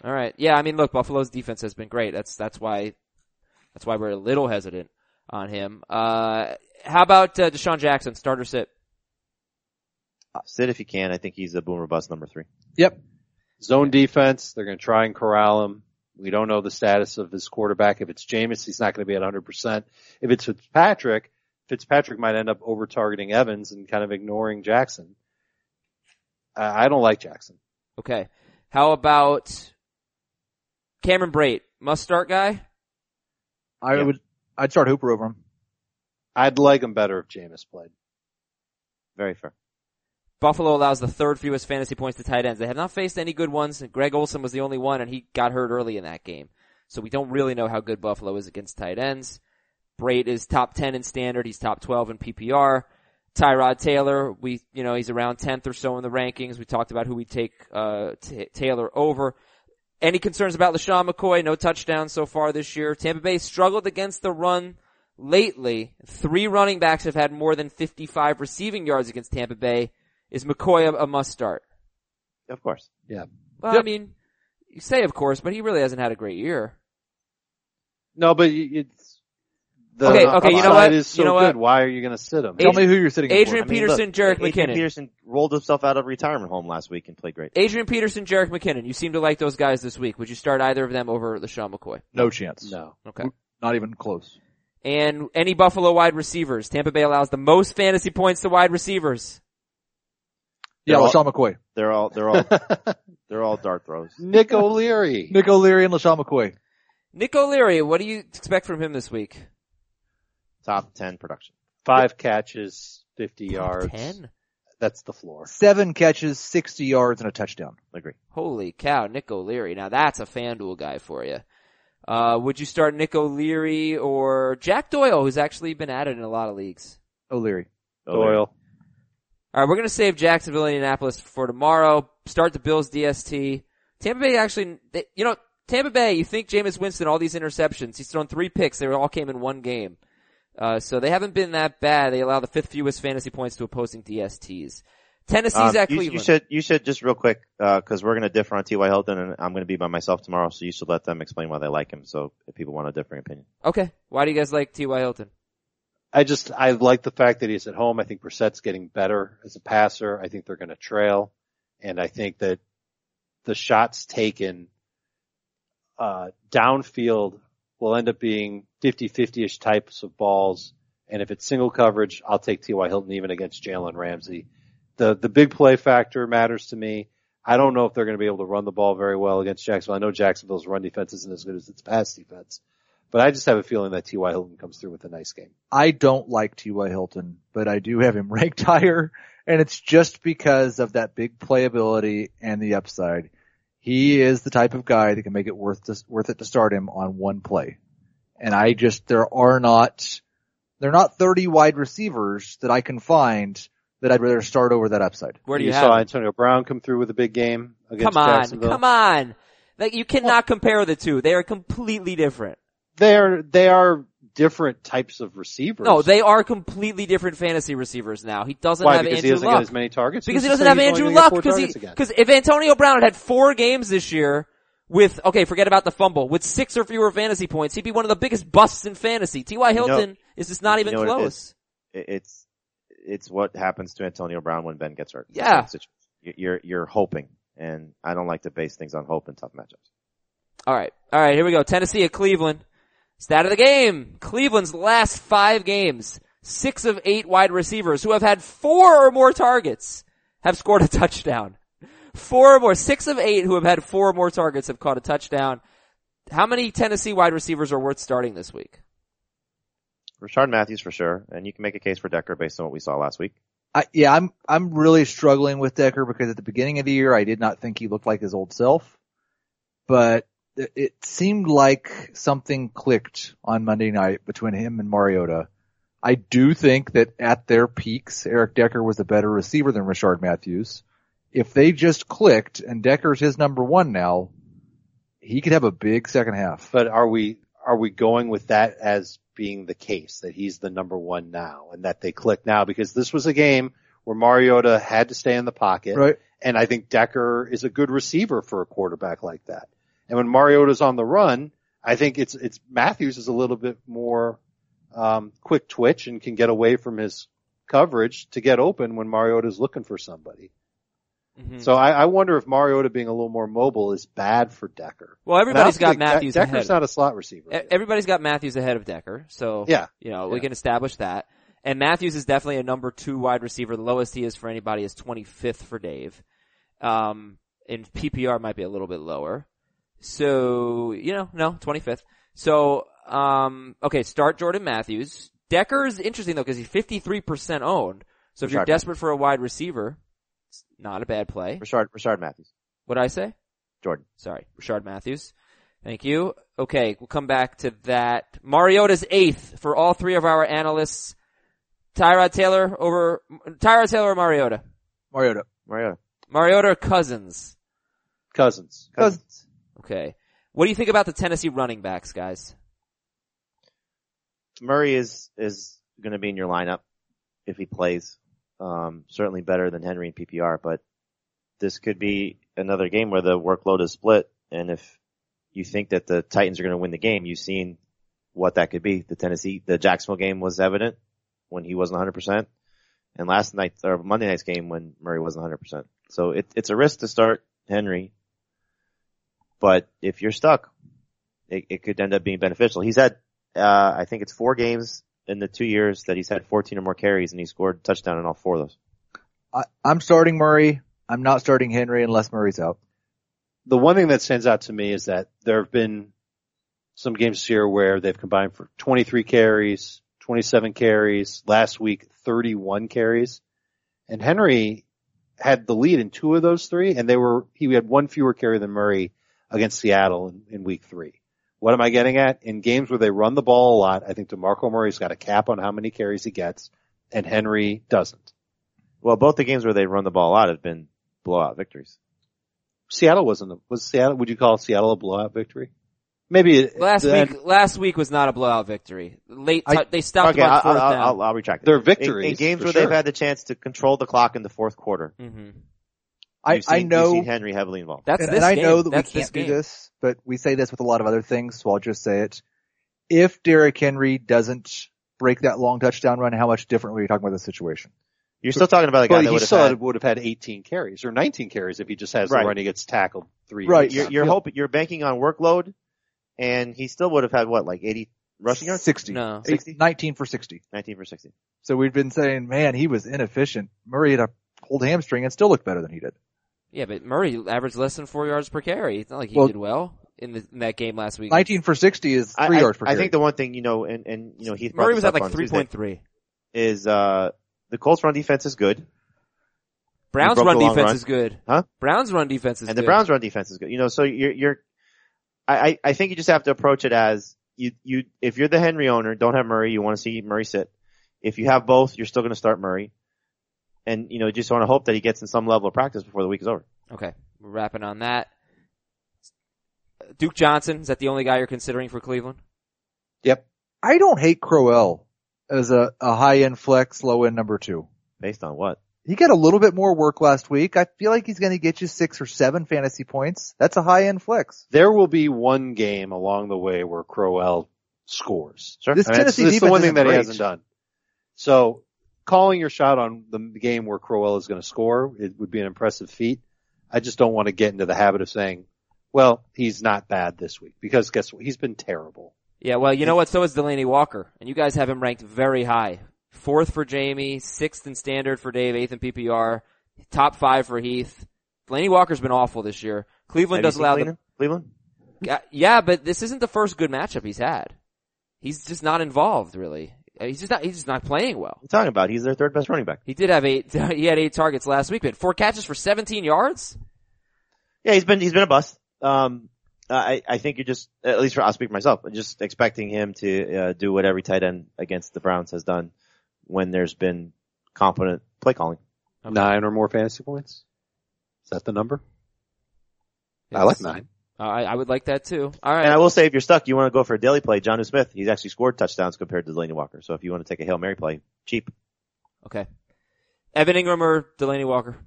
B: All right. Yeah, I mean, look, Buffalo's defense has been great. That's that's why that's why we're a little hesitant on him. Uh, how about uh, Deshaun Jackson, starter sit?
E: Sit Uh, if you can. I think he's a boomer bust number three.
D: Zone defense. They're going to try and corral him. We don't know the status of his quarterback. If it's Jameis, he's not going to be at 100%. If it's Fitzpatrick, Fitzpatrick might end up over targeting Evans and kind of ignoring Jackson. I I don't like Jackson.
B: Okay. How about Cameron Brait, must start guy?
C: I
E: Yeah.
C: would, I'd start Hooper over him.
D: I'd like him better if Jameis played.
E: Very fair.
B: Buffalo allows the third fewest fantasy points to tight ends. They have not faced any good ones. and Greg Olson was the only one, and he got hurt early in that game. So we don't really know how good Buffalo is against tight ends. Brait is top 10 in standard. He's top 12 in PPR. Tyrod Taylor, we, you know, he's around 10th or so in the rankings. We talked about who we take, uh, Ta Taylor over. Any concerns about LaShawn McCoy? No touchdowns so far this year. Tampa Bay struggled against the run lately. Three running backs have had more than 55 receiving yards against Tampa Bay. Is McCoy a, a must start?
E: Of course.
B: Well, I
C: Yep.
B: mean, you say of course, but he really hasn't had a great year.
D: No, but you- it's, the
B: Okay, okay, you know
D: upside
B: what?
D: is so
B: You know what?
D: good. Why are you going to sit him?
C: Tell
B: Adrian-
C: me who you're sitting in for.
B: Adrian
E: I mean,
B: Peterson,
E: look,
B: Jarek
E: Adrian
B: McKinnon.
E: Peterson rolled himself out of retirement home last week and played great.
B: Adrian Peterson, Jarek McKinnon. You seem to like those guys this week. Would you start either of them over LaShawn McCoy?
C: No chance.
D: No.
B: Okay.
C: Not even close.
B: And any Buffalo wide receivers? Tampa Bay allows the most fantasy points to wide receivers.
C: Yeah,
E: They're all-
C: LaShawn McCoy.
E: They're all, they're all, they're all dart throws.
D: Nick O'Leary.
C: Nick O'Leary and LaShawn McCoy.
B: Nick O'Leary, what do you expect from him this week?
E: Top 10 production.
D: Five catches, 50 yards.
B: Ten.
D: That's the floor.
C: Seven catches, 60 yards and a touchdown.
E: Agree.
B: Holy cow, Nick O'Leary. Now that's a FanDuel guy for you. Uh, would you start Nick O'Leary or Jack Doyle, who's actually been at it in a lot of leagues?
C: O'Leary.
E: Um,
D: Doyle.
B: All right, we're going to save Jacksonville and Indianapolis for tomorrow. Start the Bills DST. Tampa Bay actually, they, you know, Tampa Bay, you think Jameis Winston, all these interceptions, he's thrown three picks, they all came in one game. Uh, so they haven't been that bad. They allow the fifth fewest fantasy points to opposing DSTs. Tennessee's
E: Um,
B: at
E: you,
B: Cleveland.
E: you should, you should just real quick, uh, cause we're going to differ on T.Y. Hilton and I'm going to be by myself tomorrow. So you should let them explain why they like him. So if people want a differing opinion.
B: Okay. Why do you guys like T.Y. Hilton?
D: I just, I like the fact that he's at home. I think Brissett's getting better as a passer. I think they're going to trail. And I think that the shots taken, uh, downfield will end up being 50-50ish types of balls. And if it's single coverage, I'll take T.Y. Hilton even against Jalen Ramsey. The, the big play factor matters to me. I don't know if they're going to be able to run the ball very well against Jacksonville. I know Jacksonville's run defense isn't as good as its pass defense, but I just have a feeling that T.Y. Hilton comes through with a nice game.
C: I don't like T.Y. Hilton, but I do have him ranked higher, and it's just because of that big playability and the upside. He is the type of guy that can make it worth to, worth it to start him on one play, and I just there are not They're not 30 wide receivers that I can find that I'd rather start over that upside.
B: Where do
D: you
B: you, have?
D: saw
B: it?
D: Antonio Brown come through with a big game against
B: Come on,
D: Jacksonville.
B: come on. Like you cannot compare the two. They are completely different.
D: They're they are different types of receivers.
B: No, they are completely different fantasy receivers now. He doesn't
D: why
B: have
D: because
B: Andrew
D: he doesn't
B: Luck.
D: get as many targets
B: because he
D: Who's to
B: doesn't
D: say
B: have
D: he's
B: Andrew
D: only gonna
B: Luck.
D: get four targets again?
B: Because if Antonio Brown had had four games this year with okay, forget about the fumble with six or fewer fantasy points, he'd be one of the biggest busts in fantasy. T.Y.
E: know-
B: Hilton is just not
E: you
B: even
E: know what it
B: close.
E: It- It's it's what happens to Antonio Brown when Ben gets hurt.
B: Yeah.
E: It's- it's- you're you're hoping, and I don't like to base things on hope in tough matchups.
B: All right, all right, here we go. Tennessee at Cleveland. Stat of the game: Cleveland's last five games, six of eight wide receivers who have had four or more targets have scored a touchdown. Four or more, six of eight who have had four or more targets have caught a touchdown. How many Tennessee wide receivers are worth starting this week?
E: Rashard Matthews for sure, and you can make a case for Decker based on what we saw last week.
C: I, yeah, I'm I'm really struggling with Decker because at the beginning of the year I did not think he looked like his old self, but it- it seemed like something clicked on Monday night between him and Mariota. I do think that at their peaks, Eric Decker was a better receiver than Richard Matthews. If they just clicked and Decker's his number one now, he could have a big second half.
D: But are we are we going with that as being the case that he's the number one now and that they click now? Because this was a game where Mariota had to stay in the pocket,
C: Right?
D: and I think Decker is a good receiver for a quarterback like that. And when Mariota's on the run, I think it's it's Matthews is a little bit more um, quick twitch and can get away from his coverage to get open when Mariota's looking for somebody.
B: Hmm. Mm-hmm.
D: So I, I wonder if Mariota being a little more mobile is bad for Decker.
B: Well,
D: And I
B: everybody's
D: also
B: got
D: think De-
B: Matthews ahead.
D: Decker's
B: of-
D: not a slot receiver.
B: e- everybody's got Matthews ahead of Decker, so
D: Yeah.
B: you know we
D: Yeah.
B: can establish that. And Matthews is definitely a number two wide receiver. The lowest he is for anybody is 25th for Dave. Um, and PPR might be a little bit lower. So you know, no 25th. So um, okay, start Jordan Matthews. Decker's interesting though because he's 53% owned. So if you're
E: Rashard
B: desperate for a wide receiver, it's not a bad play.
E: Rashard Rashard Matthews,
B: What I say?
E: Jordan.
B: Sorry, Richard Matthews. Thank you. Okay, we'll come back to that. Mariota's eighth for all three of our analysts. Tyrod Taylor over Tyrod Taylor or Mariota.
C: Mariota.
E: Mariota.
B: Mariota or Cousins.
D: Cousins.
C: Cousins.
B: Okay. What do you think about the Tennessee running backs, guys?
E: Murray is is going to be in your lineup if he plays. Um, certainly better than Henry in PPR, but this could be another game where the workload is split. And if you think that the Titans are going to win the game, you've seen what that could be. The Tennessee, the Jacksonville game was evident when he wasn't 100%, and last night or Monday night's game when Murray wasn't 100%. So it, it's a risk to start Henry, but if you're stuck, it, it could end up being beneficial. He's had uh, I think it's four games in the two years that he's had 14 or more carries and he scored a touchdown in all four of those.
C: I, I'm starting Murray. I'm not starting Henry unless Murray's out.
D: the one thing that stands out to me is that there have been some games this year where they've combined for 23 carries, 27 carries, last week 31 carries. And Henry had the lead in two of those three and they were, he had one fewer carry than Murray against Seattle in, in week three. What am I getting at? In games where they run the ball a lot, I think DeMarco Murray's got a cap on how many carries he gets and Henry doesn't.
E: Well, both the games where they run the ball a lot have been blowout victories.
D: Seattle wasn't, a, was Seattle, would you call Seattle a blowout victory? Maybe it-
B: Last
D: the-
B: week, last week was not a blowout victory. Late,
C: I-
B: tou- they stopped
E: okay,
B: him on
E: I'll, I'll,
B: fourth down.
E: I'll, I'll retract it.
D: Their
E: In,
D: victories.
E: in games
D: for
E: where
D: sure.
E: they've had the chance to control the clock in the fourth quarter,
B: hmm
C: I,
E: you've seen,
C: I know.
E: you've seen Henry heavily involved.
B: That's
C: and,
B: this
C: and I
B: game.
C: know that
B: That's
C: we
B: this
C: can't do
B: game.
C: this, but we say this with a lot of other things, so I'll just say it. If Derrick Henry doesn't break that long touchdown run, how much different were you talking about the situation?
E: You're still talking about a guy
D: but
E: that
D: he
E: would have
D: still
E: had,
D: would have had 18 carries or 19 carries if he just has
E: Right.
D: the run. He gets tackled three.
C: Right.
D: yards
E: you're,
D: down.
E: you're hoping, you're banking on workload and he still would have had what, like 80 rushing yards?
C: 60.
B: No.
E: 60?
C: 19 for 60.
E: 19 for 60.
C: So we've been saying, man, he was inefficient. Murray had a pulled hamstring and still looked better than he did.
B: Yeah, but Murray averaged less than four yards per carry. It's not like he
C: Well-
B: did well in, the, in that game last week.
C: 19 for 60 is
E: I,
C: three
E: I,
C: yards per
E: I
C: carry.
E: think the one thing, you know, and, and, you know, Heath brought
B: Murray was
E: this
B: at
E: up
B: like
E: on
B: three
E: Tuesday,
B: point three.
E: is, uh, the Colts run defense is good.
B: Browns
E: broke
B: run
E: the long
B: defense
E: run.
B: is good.
E: Huh?
B: Browns run defense is
E: and
B: good.
E: the Browns' run defense is good. You know, so you're, you're, I, I I think you just have to approach it as you, you, if you're the Henry owner, don't have Murray. You want to see Murray sit. If you have both, you're still going to start Murray. And, you know, just want to hope that he gets in some level of practice before the week is over.
B: Okay, we're wrapping on that. Duke Johnson is that the only guy you're considering for Cleveland?
D: Yep.
C: I don't hate Crowell as a, a high end flex, low end number two.
E: Based on what?
C: He got a little bit more work last week. I feel like he's going to get you six or seven fantasy points. That's a high end flex.
D: There will be one game along the way where Crowell scores.
E: Sure.
C: This
D: I mean, that's,
C: Tennessee
D: that's the
C: defense
D: one thing
C: isn't
D: that he
C: great.
D: hasn't done. So calling your shot on the game where Crowell is going to score, it would be an impressive feat. I just don't want to get into the habit of saying, well, he's not bad this week because guess what? He's been terrible.
B: Yeah, well, you know what? So is Delaney Walker, and you guys have him ranked very high. Fourth for Jamie, sixth in standard for Dave, eighth in PPR, top five for Heath. Delaney Walker's been awful this year. Cleveland
E: Have you
B: does
E: seen
B: allow
E: Cleveland? Cleveland?
B: them. Yeah, but this isn't the first good matchup he's had. He's just not involved really. Uh, He's just not. He's just not playing well.
E: What are you talking about? He's their third best running back.
B: He did have eight. He had eight targets last week, but four catches for 17 yards.
E: Yeah, he's been he's been a bust. Um, I I think you're just at least for I'll speak for myself. I'm just expecting him to uh, do what every tight end against the Browns has done when there's been competent play calling.
B: Okay.
D: Nine or more fantasy points. Is that the number? I
B: It's-
D: like nine.
B: Uh, I, I would like that too. All right.
E: And I will say, if you're stuck, you want to go for a daily play. John Smith, he's actually scored touchdowns compared to Delaney Walker. So if you want to take a hail mary play, cheap.
B: okay. Evan Ingram or Delaney Walker?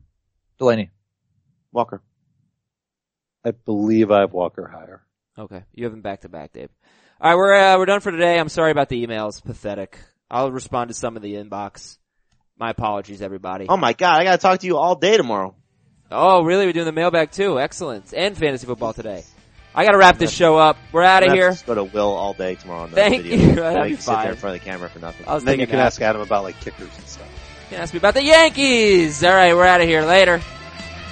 C: Delaney.
E: Walker.
D: I believe I have Walker higher.
B: Okay. You have them back to back, Dave. All right, we're uh, we're done for today. I'm sorry about the emails. Pathetic. I'll respond to some of the inbox. My apologies, everybody.
E: Oh my God, I gotta talk to you all day tomorrow.
B: Oh, really? We're doing the mailbag too. Excellent. And fantasy football today. I gotta wrap this show up. We're out
E: I'm
B: of
E: gonna have
B: here.
E: to Go to Will all day tomorrow. On the
B: Thank
E: video.
B: you.
E: So
B: That'd
E: you
B: be
E: sit
B: fine.
E: there in front of the camera for nothing.
B: I was
D: And then you
B: taking
D: can
B: that.
D: ask Adam about like kickers and stuff.
B: You can ask me about the Yankees. All right, we're out of here. Later.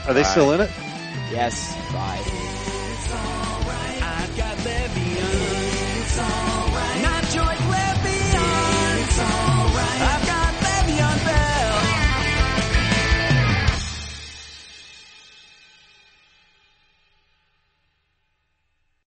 D: Are they still in it?
B: Yes. Bye.